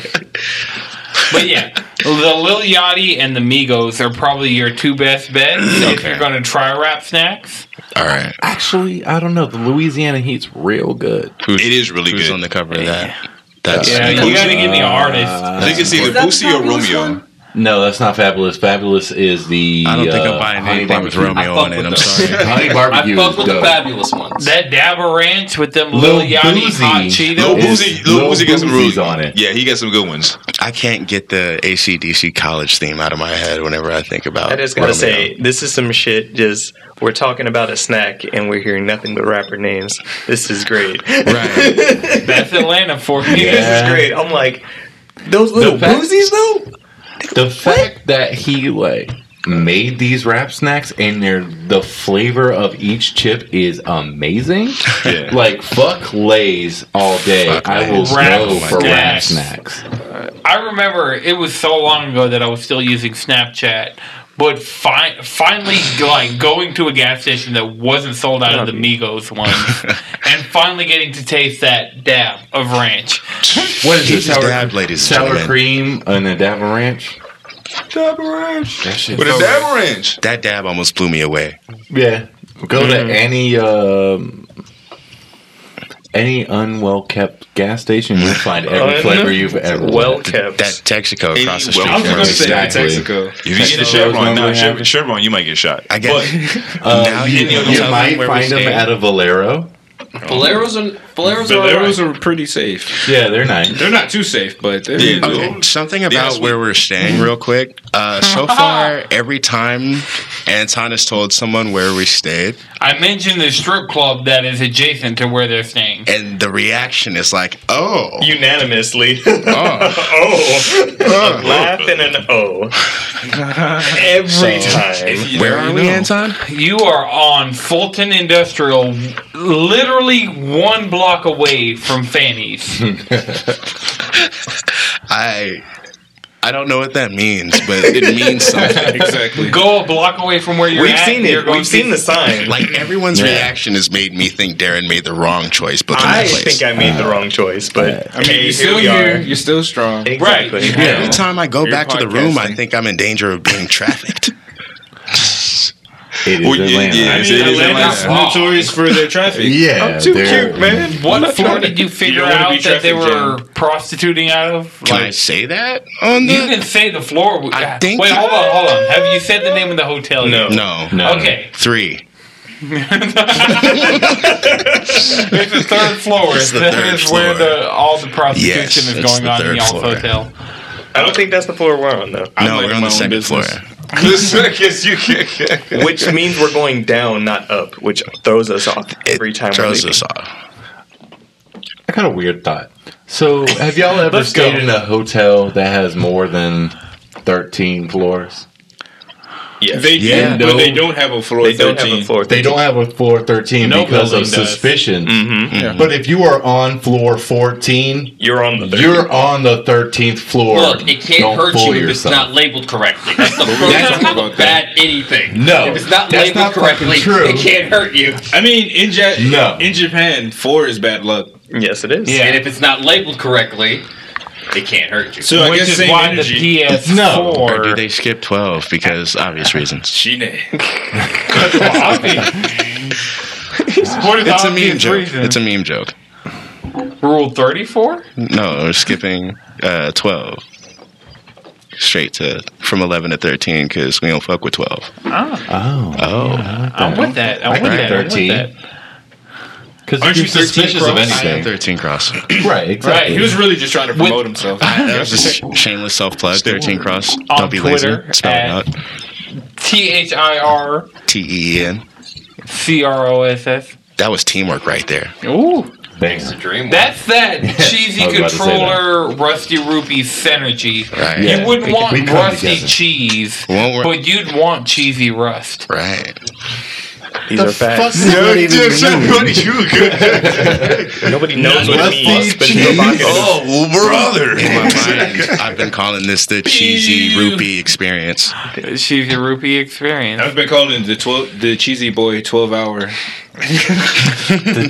But yeah, the Lil Yachty and the Migos are probably your two best bets if Okay. you're gonna try rap snacks. All right, actually I don't know. The Louisiana heat's real good. It is really who's good. on the cover of that? That's Yeah, you uh, gotta give me an artist. I think it's either Boosie or Romeo. Uh, No, that's not fabulous. Fabulous is the. I don't think I'm uh, buying honey anything with barbecue. Romeo I on it. fuck I'm with [LAUGHS] sorry. Honey I barbecue. fuck with is the dope. fabulous ones. That Dabba Ranch with them Lil, Lil Yachty hot Boozy. Lil Cheetos. Is Boosie, Lil Lil Boosie got some Boosie's rules on it. Yeah, he got some good ones. I can't get the ACDC college theme out of my head whenever I think about. I just gotta Romeo. say, this is some shit. Just we're talking about a snack and we're hearing nothing but rapper names. This is great. right. That's Atlanta for you. [LAUGHS] This Yeah. is great. I'm like, those little fact- boozies though. The fact that he like made these wrap snacks and they're the flavor of each chip is amazing. Yeah. Like fuck Lay's all day. Fuck I will Lay's. Wrap go for wrap snacks. snacks. [LAUGHS] I remember it was so long ago that I was still using Snapchat, but fi- finally like going to a gas station that wasn't sold out of the [LAUGHS] Migos one, and finally getting to taste that dab of ranch. What This is is this? Sour, dab, ladies and sour gentlemen. cream and a dab of ranch. Dab range. That shit. With a dab range. That dab almost blew me away. Yeah. Go to any um, any unwell kept gas station, you'll find every flavor you've ever. well wanted. kept. That Texaco Any across the well- street I was from gonna us. say, Exactly. If you get a Chevron, no, Chev- Chevron, you might get shot. I guess. Uh, Now you you know you tell might them where we find them stand. at a Valero. Boleros and Boleros But are. alright. those are pretty safe. Yeah, they're nice. They're not too safe, but they're Yeah, Okay, something about that's where we're staying, real quick. Uh, so far, every time Anton has told someone where we stayed, I mentioned the strip club that is adjacent to where they're staying. and the reaction is like, "Oh, Unanimously. [LAUGHS] oh, oh. uh, Laugh and an O. Every time. where are we, Anton?" You are on Fulton Industrial, literally one block away from Fanny's. I I don't know what that means, but it means something. exactly. Go a block away from where you're We've at. seen you're it. going We've to seen the sign. Like everyone's reaction has made me think Darren made the wrong choice booking I that place. think I made the wrong choice, but I mean, hey, you're here still we here. are. You're still [LAUGHS] strong. Exactly. Right. Every time I go You're back to the room, I podcasting. think I'm in danger of being trafficked. It is Well, yeah, Atlanta. yeah, I it's- mean, it is Atlanta's Atlanta. not- notorious for their traffic. yeah, I'm too they're- cute, man. What I'm floor trying to- did you figure don't wanna be out that they trafficked were jam. prostituting out of? Can I Like, say that on you the? can say the floor. we- I think- Wait, hold on, hold on. Have you said the name of the hotel? yet? No, No, no. Okay, three. it's the third [LAUGHS] floor. It's the That third is where floor. the all the prostitution Yes, is it's going the on in third y'all's floor. hotel. I don't think that's the floor we're on, though. no, minding we're on the my own second business. floor. I guess you can't. Which means we're going down, not up, which throws us off It every time. throws we're us off. I got a weird thought. So, have y'all ever Let's go. stayed in a hotel that has more than thirteen floors? They Yeah, do, no. but they don't have a floor They don't have 13. a floor. They don't have a floor thirteen No because of building does. suspicion. Yeah. But if you are on floor fourteen, You're on the. Third. you're on the thirteenth floor. Look, it can't Don't hurt fool you if it's yourself. not labeled correctly. That's the first That's that's not about bad anything. No, If it's not that's labeled not fucking correctly, true. it can't hurt you. I mean, in ja- No. in Japan, four is bad luck. Yes, it is. And if it's not labeled correctly, it can't hurt you. So I Which guess is same why energy. the PS4. No. Or do they skip twelve because obvious reasons? [LAUGHS] Shine. What is It's a obvious meme joke. reason? It's a meme joke. Rule 34? No, we're skipping uh, 12. Straight to from 11 to 13 because we don't fuck with 12. Ah, Oh. Oh. I'm with that. I'm I with can that. I'm with 13. that. Because Aren't if you're you 13 suspicious of gross? I am anything. 13 cross. Right, Right. exactly. He was really just trying to promote himself. that was just shameless self plug. 13 cross. On don't be Twitter lazy. Spell at- it out. T H I R T E E N. C R O S S. That was teamwork right there. Ooh. Bang. It's a dream. That's that cheesy [LAUGHS] I was about to say that. controller, rusty rupee synergy. Right. Yeah. You wouldn't we- we want come rusty together. cheese, Won't work. but you'd want cheesy rust. Right. These are facts. Nobody Nobody knows what Rusty it means. but cheese. provocative. Oh, brother. In my mind, I've been calling this the cheesy rupee experience. Cheesy rupee experience. I've been calling the twelve, the cheesy boy twelve hour.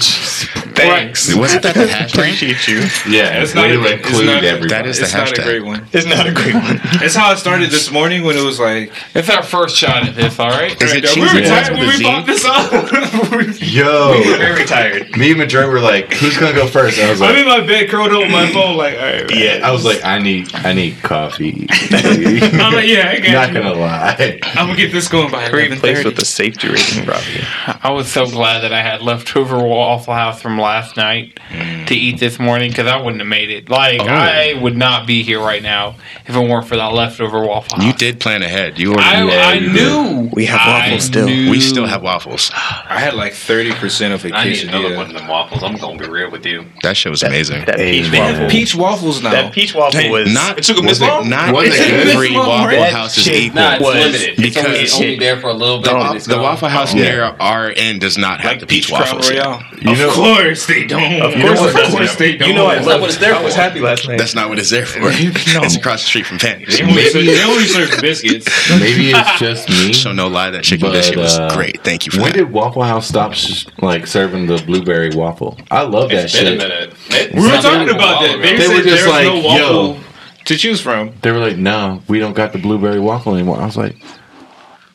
Thanks. Wasn't that the hashtag? Appreciate you. Yeah, It's it's not way a to good- it's include not- everybody. That is the It's not a great hashtag. [LAUGHS] one. It's not a great one. It's how I started this morning when it was like [LAUGHS] It's our first shot at this, all right? Is it we cheesy were boys tired when with a we Z? bought this up. I'm Yo, Very [LAUGHS] tired. me and Madrid were like, who's gonna go first? I was in like, my bed, curled up with my phone, like all [LAUGHS] right. yeah. I was like, I need, I need coffee. [LAUGHS] I'm I'm like, yeah, I not got you. gonna lie. I'm gonna get this going by eleven Replaced thirty. with a safety rating, probably. I was so glad that I had leftover Waffle House from last night Mm. to eat this morning because I wouldn't have made it. Oh. Like, I would not be here right now if it weren't for that leftover Waffle House. You did plan ahead. You ordered. I, I knew. We have I waffles still. knew. we still have waffles. I had like thirty percent of a I need another quesadilla. one of them waffles. I'm gonna be real with you. That shit was amazing. That Hey, peach They have waffle. waffle. Peach waffles now. That peach waffle was not It took them was this long? Not Was it good? every This long, Waffle right? House is Shit. equal. Nah, it's Was limited. It's only, because- only there for a little bit. Don't- and it's The gone. Waffle House Yeah. near our end does not have the peach, waffles. yet. You know, course they don't. Of course it doesn't. they don't. You know I That's not what love it's there I was for. happy last night. That's not what it's there for. It's across the street from Fanny's. They only, serve, they only serve biscuits. maybe it's just me. So no lie, that chicken But, biscuit was uh, great. Thank you for When that. did Waffle House stop sh- like serving the blueberry waffle? I love that It's been a shit. minute. We were talking [LAUGHS] about that. They, They were said just there's like, no waffle to choose from. They were like, no, we don't got the blueberry waffle anymore. I was like,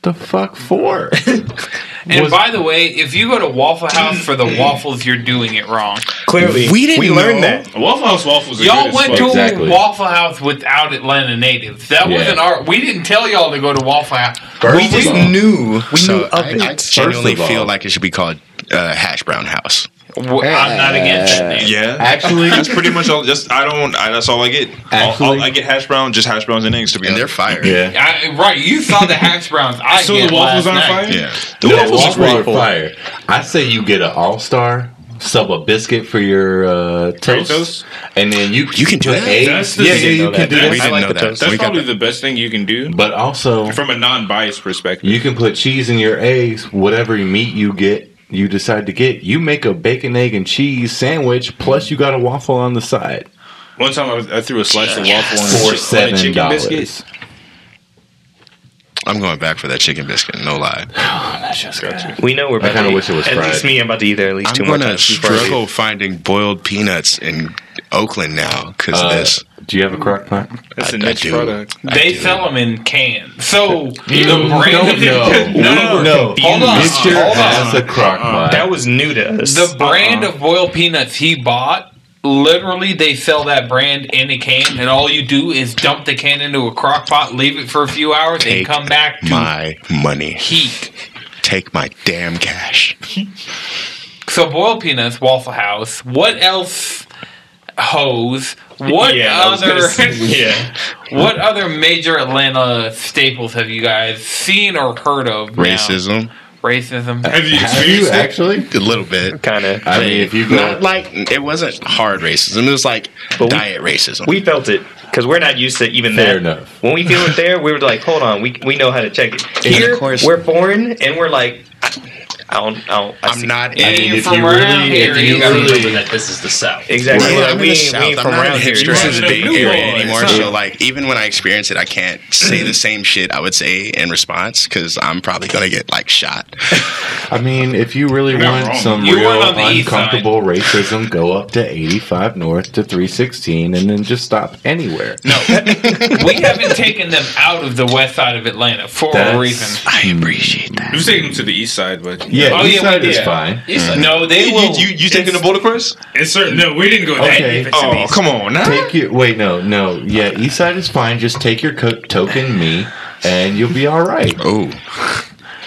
the fuck for? And Was- by the way, if you go to Waffle House for Mm. the waffles, you're doing it wrong. Clearly, We didn't learned know. that. Waffle House waffles. Are Y'all good as went fuck. to Exactly. Waffle House without Atlanta natives. That Yeah. wasn't our. We didn't tell y'all to go to Waffle House. First We of all, knew. We knew So of I, it. I genuinely of all- feel like it should be called uh, hash brown house. W- I'm not against it. Yeah. actually, That's pretty much all. Just I don't. I, that's all I get. All- all- Actually- I get hash brown, just hash browns and eggs. To be And they're honest, fire. yeah, I, right, you saw the hash browns. I [LAUGHS] So the waffles on aren't fire. Yeah. the waffles waffles, is are waffle. fire. I say you get an all star. Sub a biscuit for your uh, toast, toast? and then you You can do put that? eggs. That's the- yeah, yeah, you We can do We that. didn't like know the that. toast. That's We got probably that. the best thing you can do But also, from a non-biased perspective. You can put cheese in your eggs, whatever meat you get, you decide to get. You make a bacon, egg, and cheese sandwich, plus you got a waffle on the side One time I, was, I threw a slice of waffle on, for a, chi- on a seven chicken biscuit. dollars. I'm going back for that chicken biscuit. No lie. We know we're. about kinda to eat- wish it was At fried. least me, I'm about to eat there at least I'm two more gonna times. before I leave. struggle finding boiled peanuts in Oakland now because Uh, this. Do you have a crock pot? That's the I- I next do. product. They sell them in cans. So No, the brand, no, [LAUGHS] no, no. Hold on, Get your hold on. ass Uh, a crock pot. That was new to us. The brand of boiled peanuts he bought. Literally, they sell that brand in a can, and all you do is dump the can into a crock pot, leave it for a few hours, and Take come back to my money. heat. Take my damn cash. So boiled peanuts, Waffle House. What else? Hose. What yeah, I was gonna other? [LAUGHS] say- [LAUGHS] yeah. what other major Atlanta staples have you guys seen or heard of? now? Racism, Racism. Have you have you experienced it? actually? a little bit. Kind of. I mean, if you Not go, like it wasn't hard racism. It was like But we- diet racism. We felt it because we're not used to even Fair that. enough. When we feel it there, we were like, "Hold on, we we know how to check it." And Here, of course- we're foreign, and we're like, "I, I don't, I don't, I I'm see- not. I in mean, if from you around really- here, if you you gotta really- remember Remember that this is the South. exactly. Well, Yeah, I'm we, in the ain't- South. we ain't I'm from not around a here. hipster. You're This is a right. big New area Orleans, anymore. huh? So, like, even when I experience it, I can't [CLEARS THROAT] say the same shit I would say in response because I'm probably gonna get like shot. I mean, if you really not want wrong. some You real weren't on the east uncomfortable racism, go up to 85 North to 316 and then just stop anywhere. [LAUGHS] that. we haven't taken them out of the west side of Atlanta for a That's- reason. I appreciate that. We've taken them to the east side, but Yeah, Oh, yeah, East we Side is did. fine. Mm-hmm. No, they You, will. you, you taking the bullet first? it's certain. No, we didn't go that Okay. deep. Oh, come on now. Take your wait, no, no, yeah. East Side is fine. Just take your co- token, me, and you'll be all right. Oh,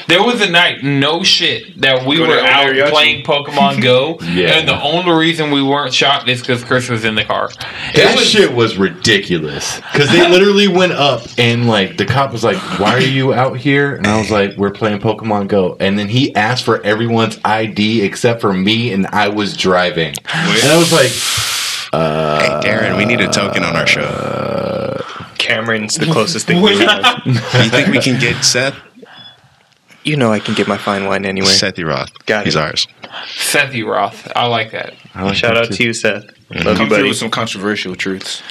There was a night, no shit, that we Go were to El out Mariachi. playing Pokemon [LAUGHS] Go, Yeah. and the only reason we weren't shot is because Chris was in the car. That shit was ridiculous because they literally went up and like the cop was like, "Why are you out here?" And I was like, "We're playing Pokemon Go." And then he asked for everyone's ID except for me, and I was driving. And I was like, hey, Darren, we need a token on our show. Cameron's the closest thing we have. Do you think we can [LAUGHS] get Seth? You know I can get my fine wine anywhere. Seth E. Roth. Got He's it. ours. Seth E. Roth, I like that. I like Shout that out to you, Seth. Mm-hmm. Love you, Come through buddy. with some controversial truths.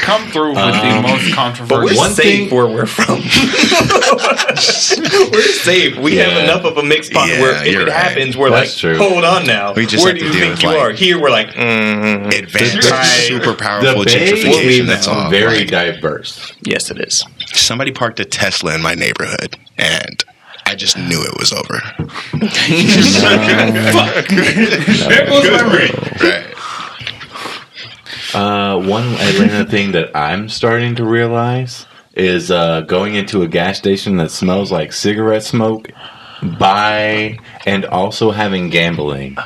Come through with Um, the most But we're controversial. One safe thing- where we're from. [LAUGHS] we're safe. We Yeah. have enough of a mixed pot Yeah, where if you're it right. happens, we're That's like, true. hold on now. We just where have do you to deal think with, you like- are? Here, we're like, mm, Advanced, Right. super powerful The Bay gentrification. That's is all. very Like, diverse. yes, it is. somebody parked a Tesla in my neighborhood, and I just knew it was over. There goes my ring. Right. Uh, one Atlanta thing that I'm starting to realize is uh, going into a gas station that smells like cigarette smoke by and also having gambling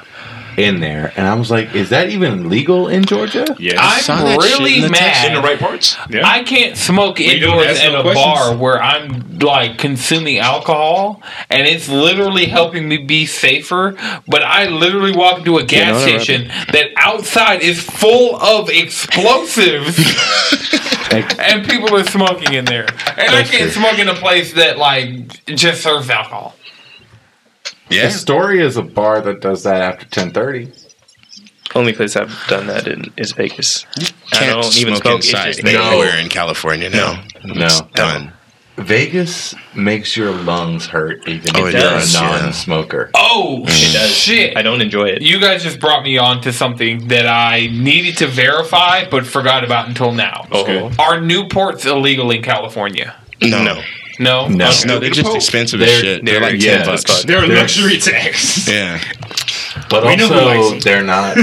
in there. And I was like, is that even legal in Georgia? Yes. saw I'm that shit in really the mad. text. in the right parts. Yeah. I can't smoke don't indoors ask at no a questions. bar where I'm like consuming alcohol, and it's literally helping me be safer. But I literally walk into a gas station that outside is full of [LAUGHS] explosives, and people are smoking in there, and I can't smoke in a place that like just serves alcohol. Yeah. Astoria is a bar that does that after 1030. Only place I've done that in is Vegas. I Can't don't even smoke smoke it's inside just they- anywhere in California now. No. It's done. Vegas makes your lungs hurt even Oh, if it you're does, a yeah. non-smoker. Mm. Oh shit! I don't enjoy it. You guys just brought me on to something that I needed to verify but forgot about until now. good. Are Newports illegal in California? No. No. No? No. No, they're just expensive as They're- shit. They're, they're- like yeah, 10 bucks. [LAUGHS] that's They're a There's- luxury tax. Yeah. But We know who likes also, it. they're [LAUGHS] not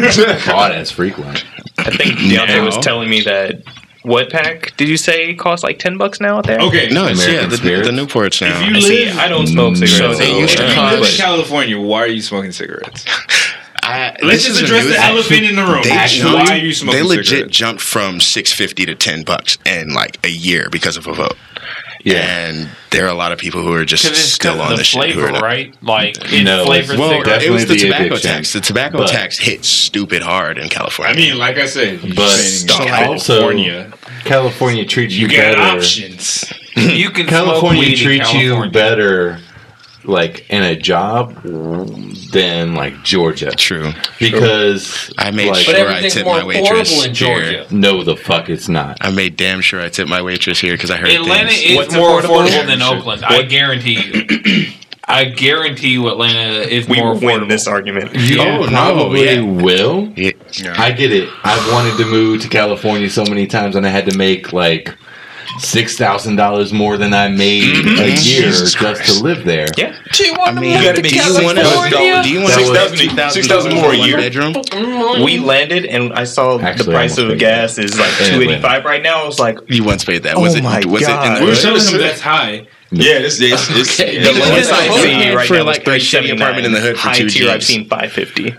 bought as frequent. I think Deontay Now. was telling me that what pack did you say cost like ten bucks now out there? Okay. No, it's yeah, American the, Spirits. the Newports now. If you See, live, I don't smoke cigarettes. they so used to I mean, call if you live but- in California, why are you smoking cigarettes? I- Let's this is just a address new the thing. elephant in the room. They, Actually, jumped- why are you smoking they legit cigarettes? jumped from 650 to 10 bucks in like a year because of a vote. And there are a lot of people who are just 'Cause it's 'cause still of on the, the, shit. who flavor, are not- right? Like in No, flavored it's- well, cigarettes. It was the Definitely the tobacco addiction. tax. The tobacco But- tax hit stupid hard in California. I mean, like I said, But saying stop. California, California treats you, you got better. options. you can smoke California weed in treats you California. better, like in a job, than like Georgia. true. Because I made like, sure But I everything's tipped more my waitress affordable in here. Georgia. no, the fuck, it's not. I made damn sure I tipped my waitress here because I heard Atlanta things. is What's more affordable? affordable, than Oakland. I guarantee you. I guarantee you, Atlanta is we more will affordable. win this argument. You Oh, no, probably yeah. will. Yeah. I get it. I've wanted to move to California so many times, and I had to make like six thousand dollars more than I made a year Mm-hmm. Jesus just Christ. to live there. Yeah. I mean, gotta be- you wanna- Do you want That was- $6,000 more a year? Bedroom? We landed and I saw the Actually, I price almost of paid gas is like Yeah, two eighty five right now. I was like, You once paid that. Oh Was it? my was God. it? We In were the, telling them that's high. Yeah, this is it's, the yeah, lowest I've I've seen seen right for now like like a three shitty seventy apartment in the hood for High two tier, I've Gs. seen five fifty.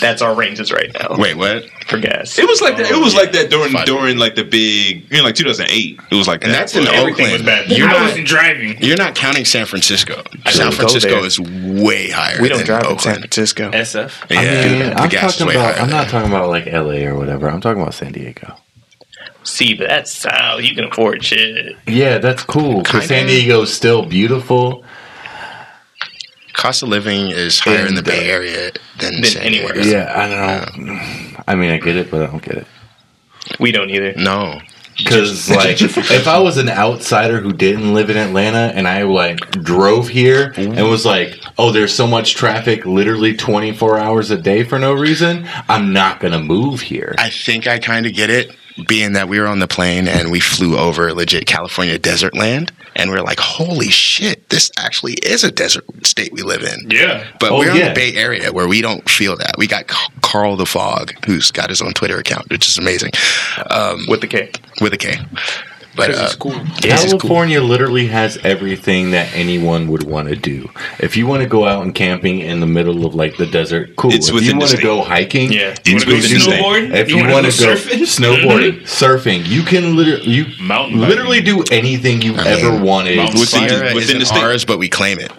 That's our ranges right now wait, what? for gas. it was like that. It was like that during Fuck. during like the big, you know, like 2008. It was like And that. that's in Like, Oakland. was bad. You're I not. wasn't driving. You're not counting San Francisco. San go Francisco there. is way higher. we don't than drive in San Oakland. Francisco. SF. Yeah, I mean, the I'm gas is talking way about. higher I'm there. not talking about like L.A. or whatever. I'm talking about San Diego. See, but that's south. You can afford shit. Yeah, that's cool. Because Kinda. San Diego's still beautiful. Cost of living is higher in the Bay Area than, San anywhere. Diego. Yeah, I don't. I mean, I get it, but I don't get it. We don't either. No, [LAUGHS] Because like, if I was an outsider who didn't live in Atlanta and I like drove here and was like, "Oh, there's so much traffic, literally 24 hours a day for no reason," I'm not gonna move here. I think I kind of get it, being that we were on the plane and we flew over legit California desert land, and we are like, "Holy shit, this this actually is a desert state we live in. Yeah. But Oh, we're in yeah. the Bay Area where we don't feel that. We got Ca- Carl the Fog, who's got his own Twitter account, which is amazing, um, with the K. with a K. But uh, this is cool. California literally has everything that anyone would want to do. If you want to go out and camping in the middle of like the desert, cool. It's if within you the want to state. go hiking, Yeah. you wanna It's go within the state. snowboarding, If you, want to go, snowboarding, surfing, you can literally you Mountain biking. literally do anything you I mean, ever wanted. mountain- Within the- Sierra within the isn't state. ours, but we claim it.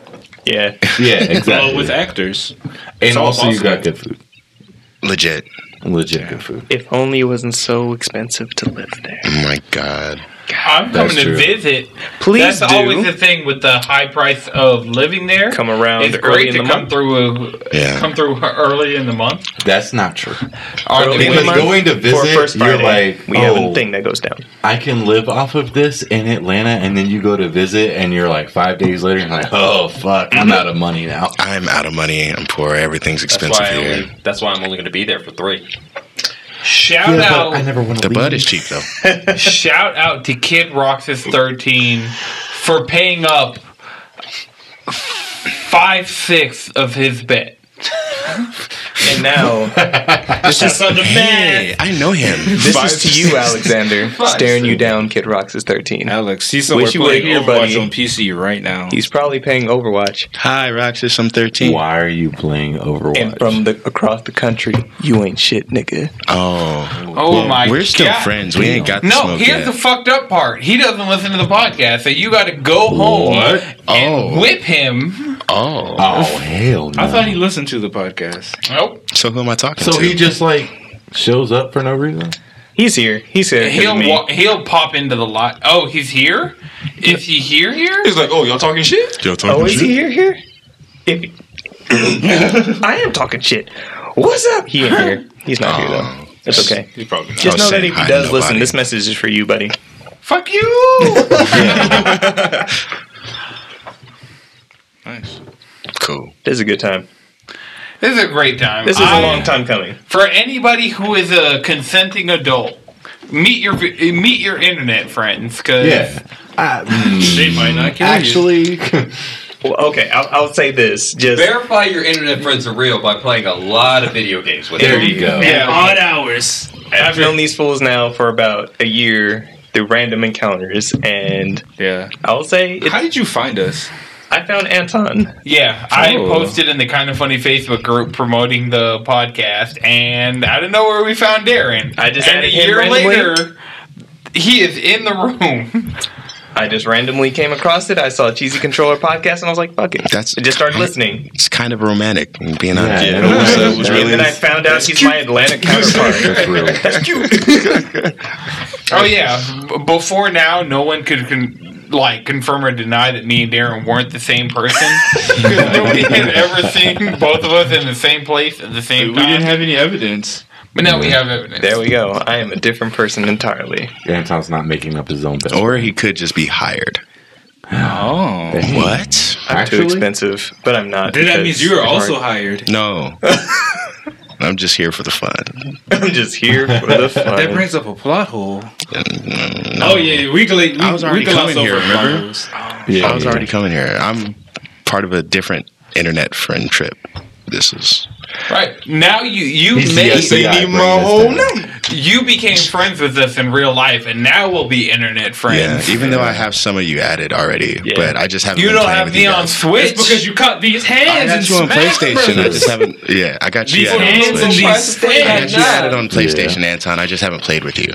Yeah. Yeah, exactly. Well, with actors, and all also, you possible. got good food, Legit. legit good food. If only it wasn't so expensive to live there. Oh my God. I'm That's coming to true. visit. Please That's do always the thing with the high price of living there. Come around It's early great in to the come month. through. Yeah. Come through early in the month. That's not true. Or Early in Because the month going to for visit, First you're Friday, like, we oh, have a thing that goes down. I can live off of this in Atlanta, and then you go to visit, and you're like five days later, and you're like, oh fuck, I'm out of money now. I'm out of money. I'm poor. Everything's That's expensive why, I here. only, that's why I'm only going to be there for three. shout out. I never want to The bud is cheap though. shout out to Kid Roxas thirteen for paying up five sixths of his bet. And now, This [LAUGHS] is such a Hey, I know him. [LAUGHS] [LAUGHS] this is to [LAUGHS] you, Alexander, staring you down, Kid Rox is 13. Alex, he's somewhere Wish you playing were here, Overwatch buddy. on PC right now. He's probably paying Overwatch. Hi, Roxas. I'm 13. Why are you playing Overwatch? And from the across the country, you ain't shit, nigga. Oh, Oh my we're still God. friends. We ain't got the No, smoke here's yet. the fucked up part. He doesn't listen to the podcast, so you got to go home What? and Oh. whip him. oh, oh hell no! I thought he listened to the podcast. Nope. so who am I talking so to? he just like shows up for no reason. He's here. He's here. 'cause of He'll me. wa- he'll pop into the lot. Oh, he's here. Is he here? Here? He's like, oh, y'all talking shit? Yo, talking Oh, is shit? he here? Here? [LAUGHS] If I am talking shit. What's up? He ain't here. He's not here Oh. though. It's okay. He's probably not. Just I know was that saying if hi he to does listen, nobody. this message is for you, buddy. Fuck you. Nice. cool. This is a good time. this is a great time. This is I- a long time coming. for anybody who is a consenting adult. Meet your meet your internet friends, cause Yeah. I, mm, they might not kill actually, Well, okay, I'll, I'll say this. Just Verify your internet friends are real by playing a lot of video games with [LAUGHS] there them. you go. Yeah, odd hours. I've known these fools now for about a year through random encounters, and Yeah. I'll say it, How did you find us? I found Anton. Yeah, I Oh. posted in the kind of funny Facebook group promoting the podcast, and I don't know where we found Darren. I just and added him randomly. he is in the room. [LAUGHS] I just randomly came across it. I saw a Cheesy Controller podcast, and I was like, "Fuck it!" That's- I just started listening, It's kind of romantic, I'm being honest. Yeah, Yeah. it was- It was that really- and then I found out he's my Atlanta counterpart. That's [LAUGHS] real. oh yeah, B- before now, no one could con- like confirm or deny that me and Darren weren't the same person. [LAUGHS] 'Cause Nobody had ever seen both of us in the same place at the We same time. didn't have any evidence. but now we have evidence. There we go. I am a different person entirely. Anton's not making up his own bed. Oh, Or he could just be hired. Oh. What? I'm Actually? too expensive, but I'm not. Then that because means you were I'm also already- hired. No. I'm just here for the fun. [LAUGHS] I'm just here for [LAUGHS] the That fun. brings up a plot hole. Mm, Oh yeah, we gla- we, I was already we glossed coming here, over plot remember? holes. I was already coming here. I'm part of a different internet friend trip. This is Right now, you you He's made the FBI bring this down. you became friends with us in real life, and now we'll be internet yeah. friends. Even though I have some of you added already, Yeah. but I just haven't. You been don't playing have with me you on guys. Switch. It's because you caught these I hands got and you on smash PlayStation. I brothers. just haven't. Yeah, I got you. These added on hands Switch. and these I got hands. you added on PlayStation, Anton. I just haven't played with you.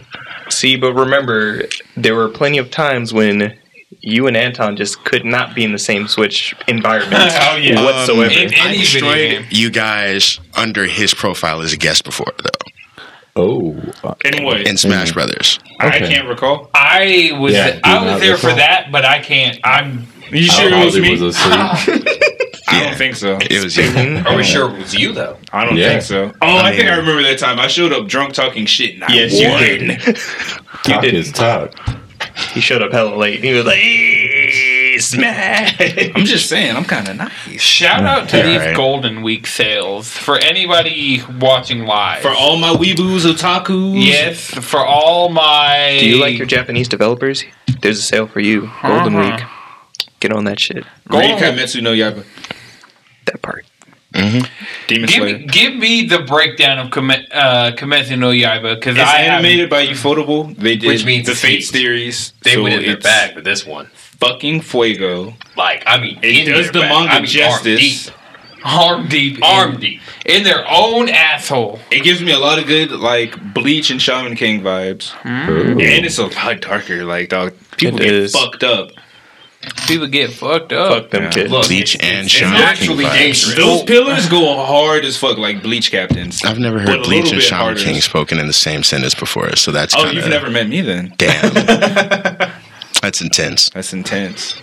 See, but remember, there were plenty of times when you and Anton just could not be in the same Switch [LAUGHS] environment Oh, yeah. whatsoever. in any video game. you guys under his profile as a guest before though Oh, uh, Anyway, in Smash Brothers. I okay. can't recall. I was Yeah, do I was not there for recall. that, but I can't. I'm You sure it was Ozzy me? was asleep. I Yeah. don't think so. It was you. [LAUGHS] Are we sure it was you, though? I don't Yeah. think so. Oh, I, think mean- I remember that time. I showed up drunk talking shit. And I Yes, you won. [LAUGHS] did. Talk did. is talk. He showed up hella late. He was like, "Hey, smash. I'm just saying, I'm kind of nice. shout out to Yeah, these right. Golden Week sales for anybody watching live. For all my weeboos, otakus. yes, for all my. Do you like your Japanese developers? There's a sale for you. Golden Uh-huh. Week. Get on that shit. Go Read Kimetsu no Yaiba. That part. Demon Give Slayer. me, give me the breakdown of Kame, uh, Kimetsu no Yaiba because It's I animated by Ufotable. They did Which means the Fate feet. series. They went in their bag for this one. Fucking Fuego. Like I mean, it in does their the bag. manga I mean, arm justice. arm deep, arm deep in their own asshole. It gives me a lot of good like Bleach and Shaman King vibes, and it's a lot darker. Like dog, people It get is. fucked up. People get fucked up. Fuck them kids. Bleach and It's Shaman actually King vibes. dangerous. Those pillars go hard as fuck, like Bleach captains. I've never But a heard little Bleach and bit Shaman harder. King spoken in the same sentence before, so that's Oh, kind you've of never met me then. [LAUGHS] that's intense. That's intense.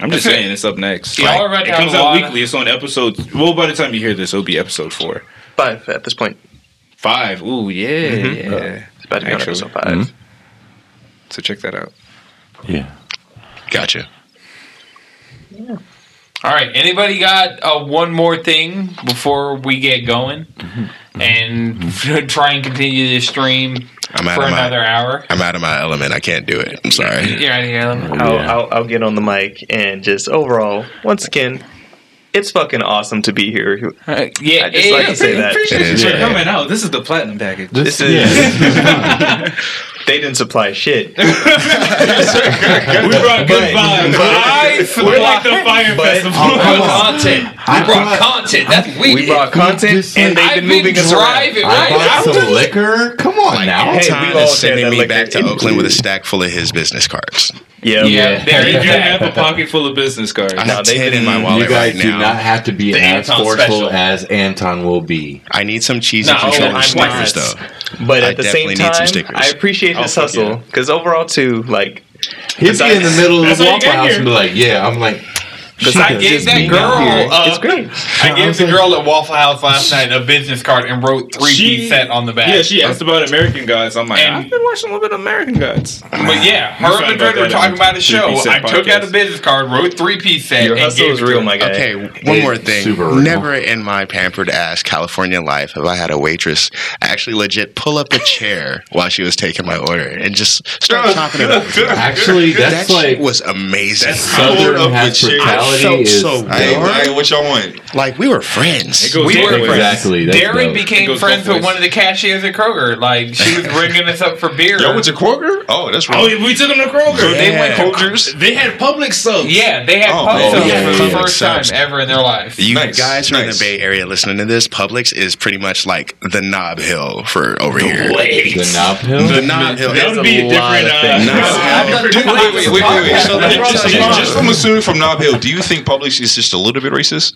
I'm just saying, it's up next. Y'all Like, are about it to have comes a out lot of- weekly. It's on episode. Well, by the time you hear this, it'll be episode four, five at this point. Five. Ooh, yeah, Mhm. yeah. Uh, Mm-hmm. it's about to be on Actually. episode 5 So check that out. Yeah. Gotcha. All right, anybody got uh, one more thing before we get going Mm-hmm. and [LAUGHS] try and continue this stream I'm out for of my- another hour? I'm out of my element. I can't do it. I'm [LAUGHS] sorry. You're out of here. [LAUGHS] Alan. I'll, I'll, I'll get on the mic and just overall, once again, it's fucking awesome to be here. Uh, yeah, I just like to say that. Appreciate you for coming out. This is the platinum package. This, is. they didn't supply shit. we brought good vibes. We're like the fire festival. [LAUGHS] content. We brought content. That's weak. We brought content, and they've been moving us around. driving, right? bought some liquor. Come on Now Hey, Tom we all is share sending that me liquor. back to Oakland with a stack full of his business cards. Yeah, yeah. There You you do go. have a pocket full of business cards. I have ten in my You wallet guys right do not now. have to be as Anton forceful special. as Anton will be. I need some cheesy No, controller I'm not. stickers though. But I at the same definitely need some time, stickers. I appreciate his hustle because overall, too, like He'd be in the middle of That's the how you Waffle got House here. and be like, "Yeah, I'm [LAUGHS] like." Because I gave that girl. Oh. it's Uh, great. I gave the girl at Waffle House last night a business card and wrote three She- piece set on the back. Yeah, she asked about American Gods. I'm like, And- I've been watching a little bit of American Gods. But yeah, We her found and about McGregor were that on talking about a show. Three Piece I Set took out a podcast. business card, wrote three piece set, Your and hustle gave is it to real, her. my guy. Okay, It's one more thing. super real. Never in my pampered ass California life have I had a waitress actually legit pull up a chair while she was taking my order and just start talking about it. Actually, that's that shit like was amazing. Southern I hospitality felt is so dope. good. Hey, what y'all want? Like we were friends. It goes We both were ways. Exactly. That's Darren dope. It became goes friends both with ways. one of the cashiers at Kroger. Like she was ringing us up for beer. Y'all went to Kroger? Oh, that's Oh, right. we took them to Kroger. They Yeah. went Folgers? They had public subs. yeah, they had Oh, pub oh, subs yeah, for the yeah, first subs. time ever in their life. You Nice, guys who are in the nice. Bay Area listening to this, Publix is pretty much like the Knob Hill for over here. the knob hill. The Knob Hill. That would It's be a That's a lot different. of Uh, things. Knob Hill. [LAUGHS] Dude, wait, wait, wait, wait, wait. So that's Just, probably- just, just from assuming from Knob Hill, do you think Publix is just a little bit racist?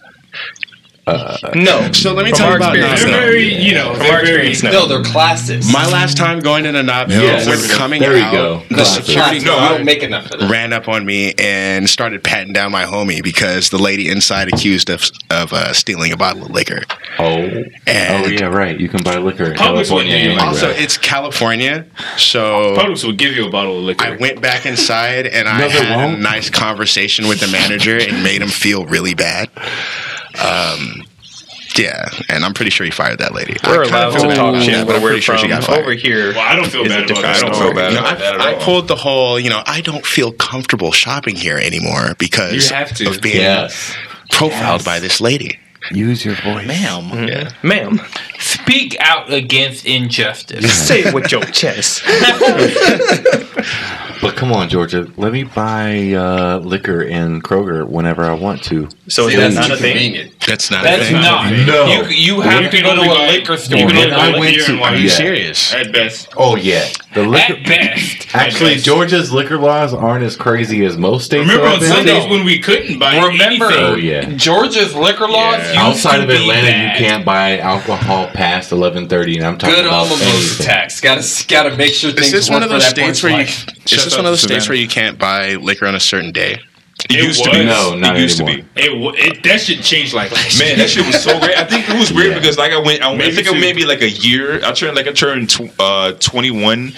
No, So let me From tell you our about Knob experience. they're Hill. very, you know, from our they're very. experience, No, no. they're classes. My last time going into Knob Hill, Yes. we're coming There you out. go. The Classic. security classes. we don't make enough of them. ran up on me and started patting down my homie because the lady inside accused of of uh, stealing a bottle of liquor. Oh, And oh yeah, right. You can buy liquor. in Publix one, California yeah, yeah. anywhere. also, it's California, so Publix would give you a bottle of liquor. I went back inside and I No, they had a won't. nice conversation with the manager and made him feel really bad. Um, yeah, and I'm pretty sure he fired that lady. I we're kinda allowed feel to bad talk about shit that, but where I'm we're pretty sure she from. got Over fired. here, Well, I don't feel It's bad a about different that. I don't feel bad No, about that at I, I all. pulled the whole, you know, I don't feel comfortable shopping here anymore because You have to. of being yes. profiled by this lady. Use your voice. Ma'am. Yeah. ma'am. Speak out against injustice. Say it with your chest. But come on, Georgia. Let me buy uh, liquor in Kroger whenever I want to. So is that not a thing? That's not a That's thing. not. No. You, you have to go to a liquor store. You can And only I go went here to- and wine. Are you serious? Serious. At best. [LAUGHS] Oh yeah. The liquor. At best. Actually, Georgia's liquor laws aren't as crazy as most states. Remember are on up in- Sundays when we couldn't buy Remember, anything? Oh, yeah. Georgia's liquor laws Yeah. used Outside to of be Atlanta, bad. you can't buy alcohol past eleven thirty, and I'm talking Good about on mimosa anything. tax. Gotta gotta make sure things Is this work one of those for that states boy's where you? life. [LAUGHS] Is this Shut one of up, those states Savannah. where you can't buy liquor on a certain day? It, It used to be. was. No, not it used anymore. to It, w- it that should change like last be. Man, that shit was so great. I think it was weird Yeah. because like I went, I, went- I Maybe think two. I maybe like a year. I turned like I turned tw- uh, 21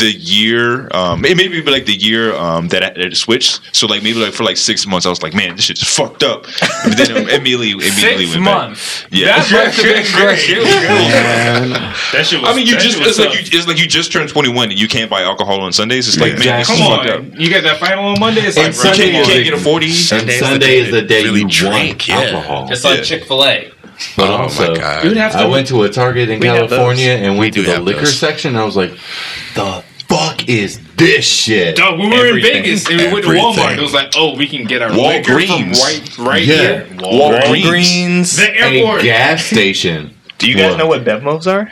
the year. Um, it maybe like the year um, that I, that it switched. So like maybe like for like six months, I was like, man, this shit's fucked up. But then um, immediately, immediately Six went months. back. Yeah, That must have been great. That shit was. I mean, you that just shit was it's like tough. you it's like you just turned 21 and you can't buy alcohol on Sundays. It's like man, this Exactly. is Come fucked up. on, you got that final on Monday. It's And like, bro, Sunday You come can't, on, you is can't a get to 40. Sunday, is the day you want yeah. alcohol. It's like Chick Fil A. But Oh my also, God. You'd have to I went to a Target in We have California and went do to the have liquor those. section. I was like, the fuck is this shit? Dog, when we were Everything. in Vegas and we went to Walmart, Everything. it was like, oh, we can get our liquor from right, Walgreens. right Yeah. here. Walgreens. The A airport. gas station. Do you guys What? know what BevMos are?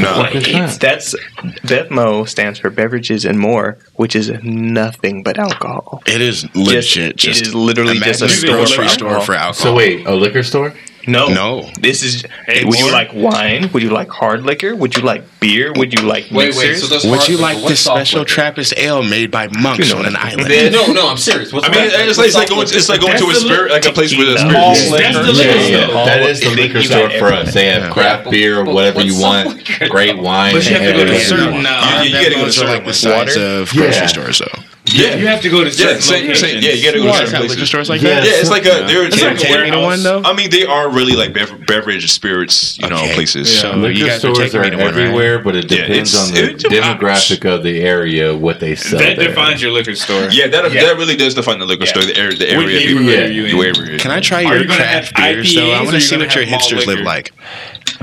No. What's that? That's BevMo stands for beverages and more, which is nothing but alcohol. It is Just- legit. Just, it is literally just a imagine store for grocery store alcohol. for alcohol. So wait, a liquor store? No, No. This is. would you more? like wine? Would you like hard liquor? Would you like beer? Would you like Wait, mixers? wait. So those Would hard you liquor, like what's this soft special liquor? Trappist ale made by monks on an island? No, no, I'm serious. What's I mean, it's like, it's like going, it's like going to a spirit, like a place with a All liquor. spirit. Yeah, liquor yeah, store. that is the You liquor got store for us. They have Yeah. craft beer, But whatever what's you the want, liquor? great wine. But you have to go to and a everything you certain. want. Uh, You, you gotta go to like certain the size water. of grocery Yeah. stores, though. Yeah, You have to go to yeah, certain same, same. Yeah, you gotta go to certain liquor places. stores like Yeah. that. Yeah, it's like a they're Is there a they're Tangerine warehouse. one, though? I mean, they are really like bev- beverage spirits, you know, Okay. places. So you Liquor guys are stores taking are me to one, right? everywhere, but it Yeah, depends it's- on the it depends. demographic of the area what they sell. That there. defines your liquor store. Yeah, that that really does define the liquor store, the area, the What area. neighborhood yeah, are you in? you area. Can I try Are your you gonna craft have beers, though? I IPAs want or to you see gonna what your have malt hipsters live liquor? like.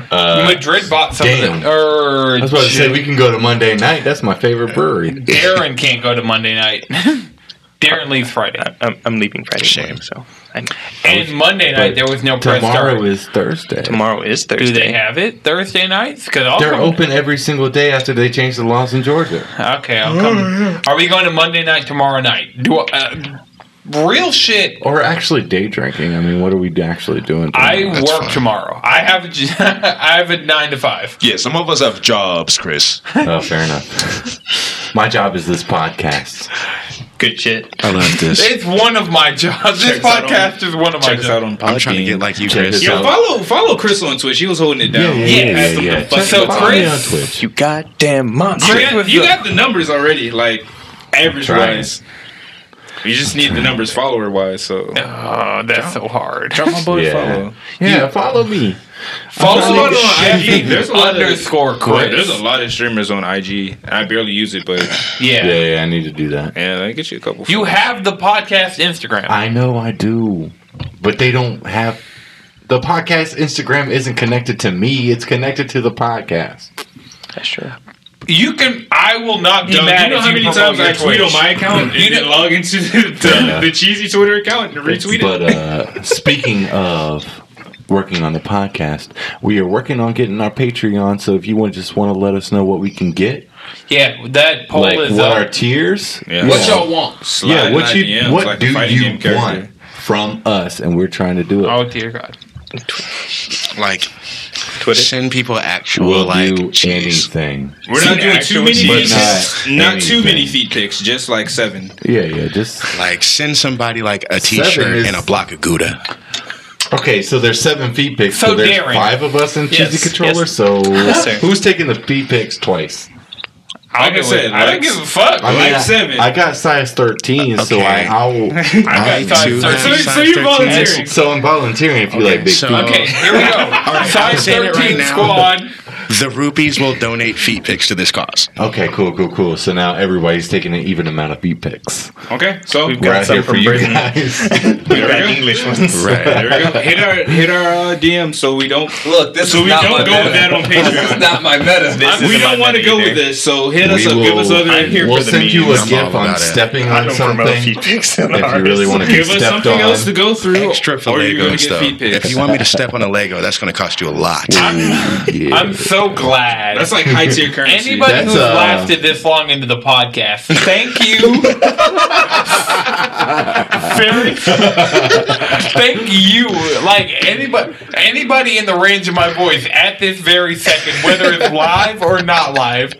Madrid bought some Damn. of the. er, Or I uh, was about to say we can go to Monday night. That's my favorite brewery. Darren can't go to Monday night. Darren leaves Friday. I'm, I'm leaving Friday Shame. morning, so I, And Monday night, But there was no press Tomorrow start. is Thursday. tomorrow is Thursday. Do they have it Thursday nights? Because I'll They're come- open every single day after they changed the laws in Georgia. Okay, I'll come. Are we going to Monday night tomorrow night? Do uh, real shit. Or actually day drinking. I mean, what are we actually doing? I tomorrow? work fine. tomorrow. I have a j- [LAUGHS] I have a nine to five. Yeah, some of us have jobs, Chris. oh, fair enough. My job is this podcast. Good shit. I love this. It's one of my jobs. This Check us out podcast is one of my Check us out jobs. on Podbean. I'm trying to get like you, Check Chris. this out. Yo, follow follow Chris on Twitch. He was holding it down. Yeah, yeah, yeah, Ask him yeah, to yeah. fuck So you up. Follow me Chris- on Twitch. You goddamn monster. You got, you got the numbers already, like average Trying. wise. You just need the numbers follower wise. So Oh, that's so hard. drop my boy Yeah. follow. Yeah, follow me. Follow Oh, Follow me on on IG. IG. There's a lot of- underscore Boy, Chris. there's a lot of streamers on IG, and I barely use it, but Yeah. Yeah, yeah, I need to do that. yeah, I get you a couple. You have the podcast Instagram. I know I do, but they don't have the podcast. Instagram isn't connected to me; it's connected to the podcast. That's true. you can. I will not be Yo, mad. you know if how many promote times your I tweet Twitch. on my [LAUGHS] account and then log into the, the, the cheesy Twitter account and retweet it? But uh, speaking of working on the podcast, we are working on getting our Patreon. So if you want, just want to let us know what we can get, Yeah, that poll like is what up. our tiers. Yeah. What y'all want? Slide Yeah, in what you IDMs what like a do fighting game you character. want from us? And we're trying to do it. oh dear God. Like, Twitter. send people actual we'll like do cheese. anything. We're not doing actual too many, cheese. feet pics. But not not too many anything. feet pics, just like seven. Yeah, yeah. Just Like, send somebody like a Seven T-shirt is- and a block of Gouda. okay. So there's seven feed picks. So, So there's Darren. five of us in Yes, Cheesy Controller. yes. So sir. who's taking the feed picks twice? Like I said, I don't like- give a fuck. I mean, Like I, seven. I got size thirteen, so Okay. I [LAUGHS] I'll, I size too thirteen. have So- so size you're 13. volunteering. so I'm volunteering if you like big so- feet. Okay, here we go. right, I'm Size saying it right 13 now. squad. [LAUGHS] The rupees will donate feet pics to this cause. Okay, cool, cool, cool. So now everybody's taking an even amount of beat picks. Okay, so We've We're got out some here for from you Britain. [LAUGHS] guys. We've got English ones. Right. [LAUGHS] there we go. Hit our hit our uh, DM so we don't Look, this so is we not don't my go with that meta. on This is Patreon. not my meta. This we is don't want to go either. with this, so hit us up, give us other here. we'll for the send you a memes. I'm all gift on about it. stepping I on don't promote something. feed pics on If you ours. really want to be Give us stepped something else to on, go through, Extra for or you're gonna Legos get though. feet pics. If you want me to step on a Lego, that's going to cost you a lot. I'm so glad. That's like high tier currency. Anybody That's, who's uh, lasted this long into the podcast, thank you. Very, [LAUGHS] thank you. Like anybody, anybody in the range of my voice at this very second, whether it's live or not live,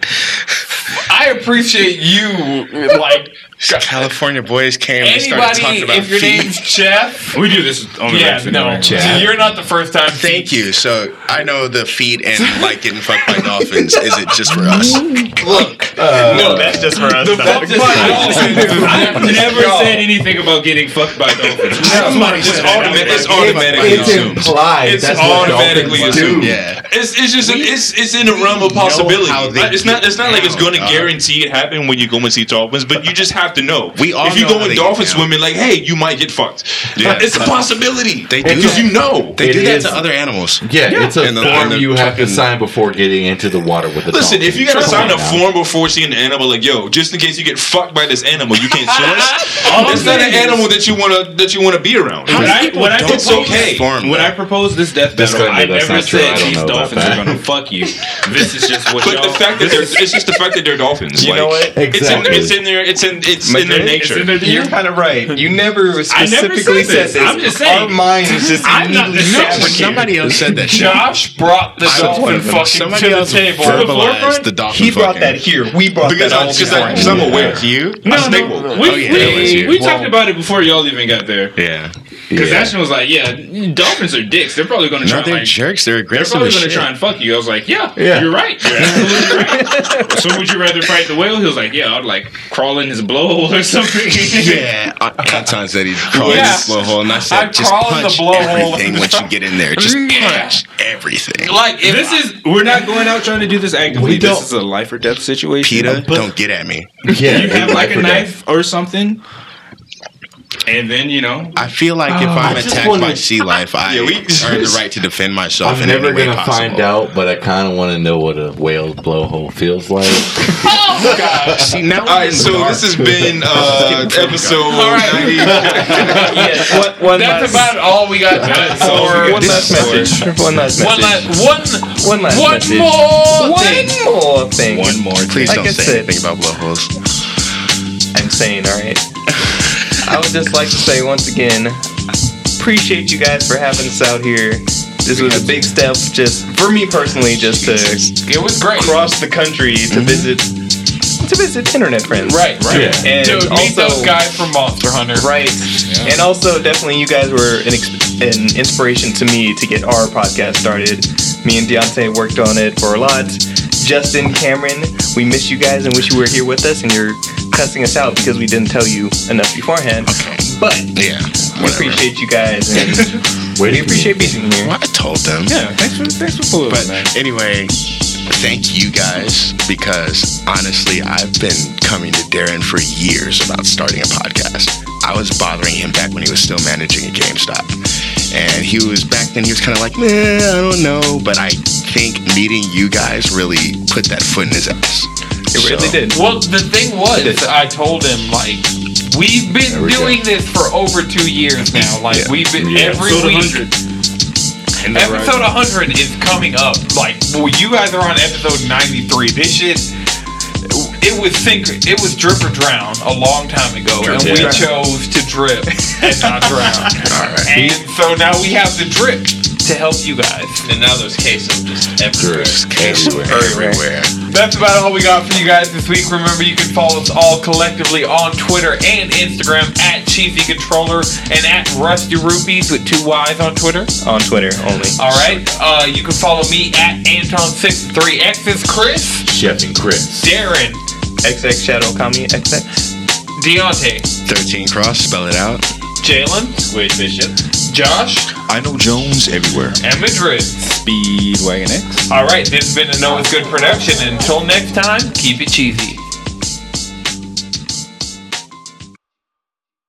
I appreciate you. Like California boys came and started talking anybody, about if your feet. name's Jeff, we do this on the yeah, no, Jeff. you're not the first time. Thank you. So I know the feet and like getting fucked by dolphins. Is it just for us? No, that's just for us. though. Fuck my dolphins. I've never said anything about getting fucked by dolphins. Somebody It's said automatic- that. it's automatically it's implied. It's That's what automatically dolphins do. assumed. Yeah. It's, it's just it's it's in the realm of possibility. how they Like, it's not it's not like it's get going to down, dog. guarantee it happen when you go and see dolphins, but you just have have to know. We all if you know how go they get in dolphin down. swimming, like, hey, you might get fucked. Yeah. it's a possibility. They do because that. you know. They It do that is- to other animals. Yeah, it's a And the- form and the you have to fucking- sign before getting into the water with a Listen, dolphin. if you gotta Come sign on a now. form before seeing an animal, like yo, just in case you get fucked by this animal, you can't sue us. it's not an animal that you wanna that you wanna be around. When I, when I don't propose, okay. form, when though. I proposed this death Disclaimer, battle, I that's never not true. I said don't these know about dolphins are that. gonna fuck you. This is just what But y'all. the fact that they're it's just the fact that they're dolphins. You like, know what? Exactly. It's in, it's in their it's in it's in their Madrid? nature. You're kind of right. You never specifically said said, this. this. I'm just saying. Our minds just I'm not- immediately no, fabricated. Somebody else said that shit. Josh brought the dolphin fucking to Somebody the else table. verbalized the dolphin He brought fucking. that here. We brought Because that I all because before. I, cause I'm aware. You? no, snake no, woman. we Oh, yeah, that was we, you. we talked about it before y'all even got there. Yeah. Because Yeah. Ashton was like, "Yeah, dolphins are dicks. They're probably gonna No, try they're like." jerks. They're They're aggressive probably as gonna shit. try and fuck you. I was like, yeah, Yeah. you're right. You're absolutely [LAUGHS] right. so would you rather fight the whale? He was like, yeah, I'd like crawl in his blowhole or something. [LAUGHS] Yeah, A- Anton said he'd crawl Yeah. in the blowhole, and I said, I'd just crawl in the punch blowhole. everything once you get in there. Just Yeah. punch everything. Like if this is we're not going out trying to do this actively. We don't- This is a life or death situation. Peta, don't get at me. yeah, you have it's life like a or death. knife or something, and then you know. I feel like if I'm Oh, just attacked by wondered- sea life, I Yeah, we- earn the right to defend myself. I'm in never any way gonna possible. find out, but I kind of want to know what a whale's blowhole feels like. Oh, See, now All right, so this [LAUGHS] has been [LAUGHS] uh, episode [LAUGHS] ninety. Yeah, one, one That's last, about all we got done [LAUGHS] for. one last message. One last One message. last, one, One last one message. more thing. One more thing. One more. Please Like don't I say said- anything about blowholes. I'm saying, all right. I would just like to say once again, appreciate you guys for having us out here. This was a big step, just for me personally, just to It was great. cross the country to visit to visit internet friends. Mm-hmm. Right, right. Yeah. And Dude, meet also, those guys from Monster Hunter. Right. And also, definitely, you guys were an, ex- an inspiration to me to get our podcast started. Me and Deontay worked on it for a lot. Justin, Cameron, we miss you guys and wish you were here with us, and you're cussing us out because we didn't tell you enough beforehand. But Yeah, we whatever. appreciate you guys, [LAUGHS] and Where we do you- appreciate being here. Well, I told them. Yeah, thanks for thanks for pulling, But man. anyway, thank you guys because honestly, I've been coming to Darren for years about starting a podcast. I was bothering him back when he was still managing at GameStop. And he was back then, he was kind of like, man, I don't know. But I think meeting you guys really put that foot in his ass. It really So, did. Well, the thing was, I told him like we've been doing this for over two years now. Like we've been every week. Episode 100 is coming up. Like, well, you guys are on episode 93. This shit, it was sink, it was drip or drown a long time ago, and we chose to drip [LAUGHS] and not drown. And so now we have the drip to help you guys. And now there's queso just everywhere. There's cases everywhere. That's about all we got for you guys this week. Remember, you can follow us all collectively on Twitter and Instagram at Cheesy Controller and at Rusty Rupees with two Y's on Twitter. On Twitter only. All right. Uh, you can follow me at Anton63X's Chris, Chef and Chris. Darren, XX Shadow Kami XX. Deontay, 13 cross, spell it out. Jalen, Wait, Bishop. Josh, I know Jones everywhere. and Madrid. Speedwagon X. All right. This has been a Noah's Good production. Until next time, keep it cheesy.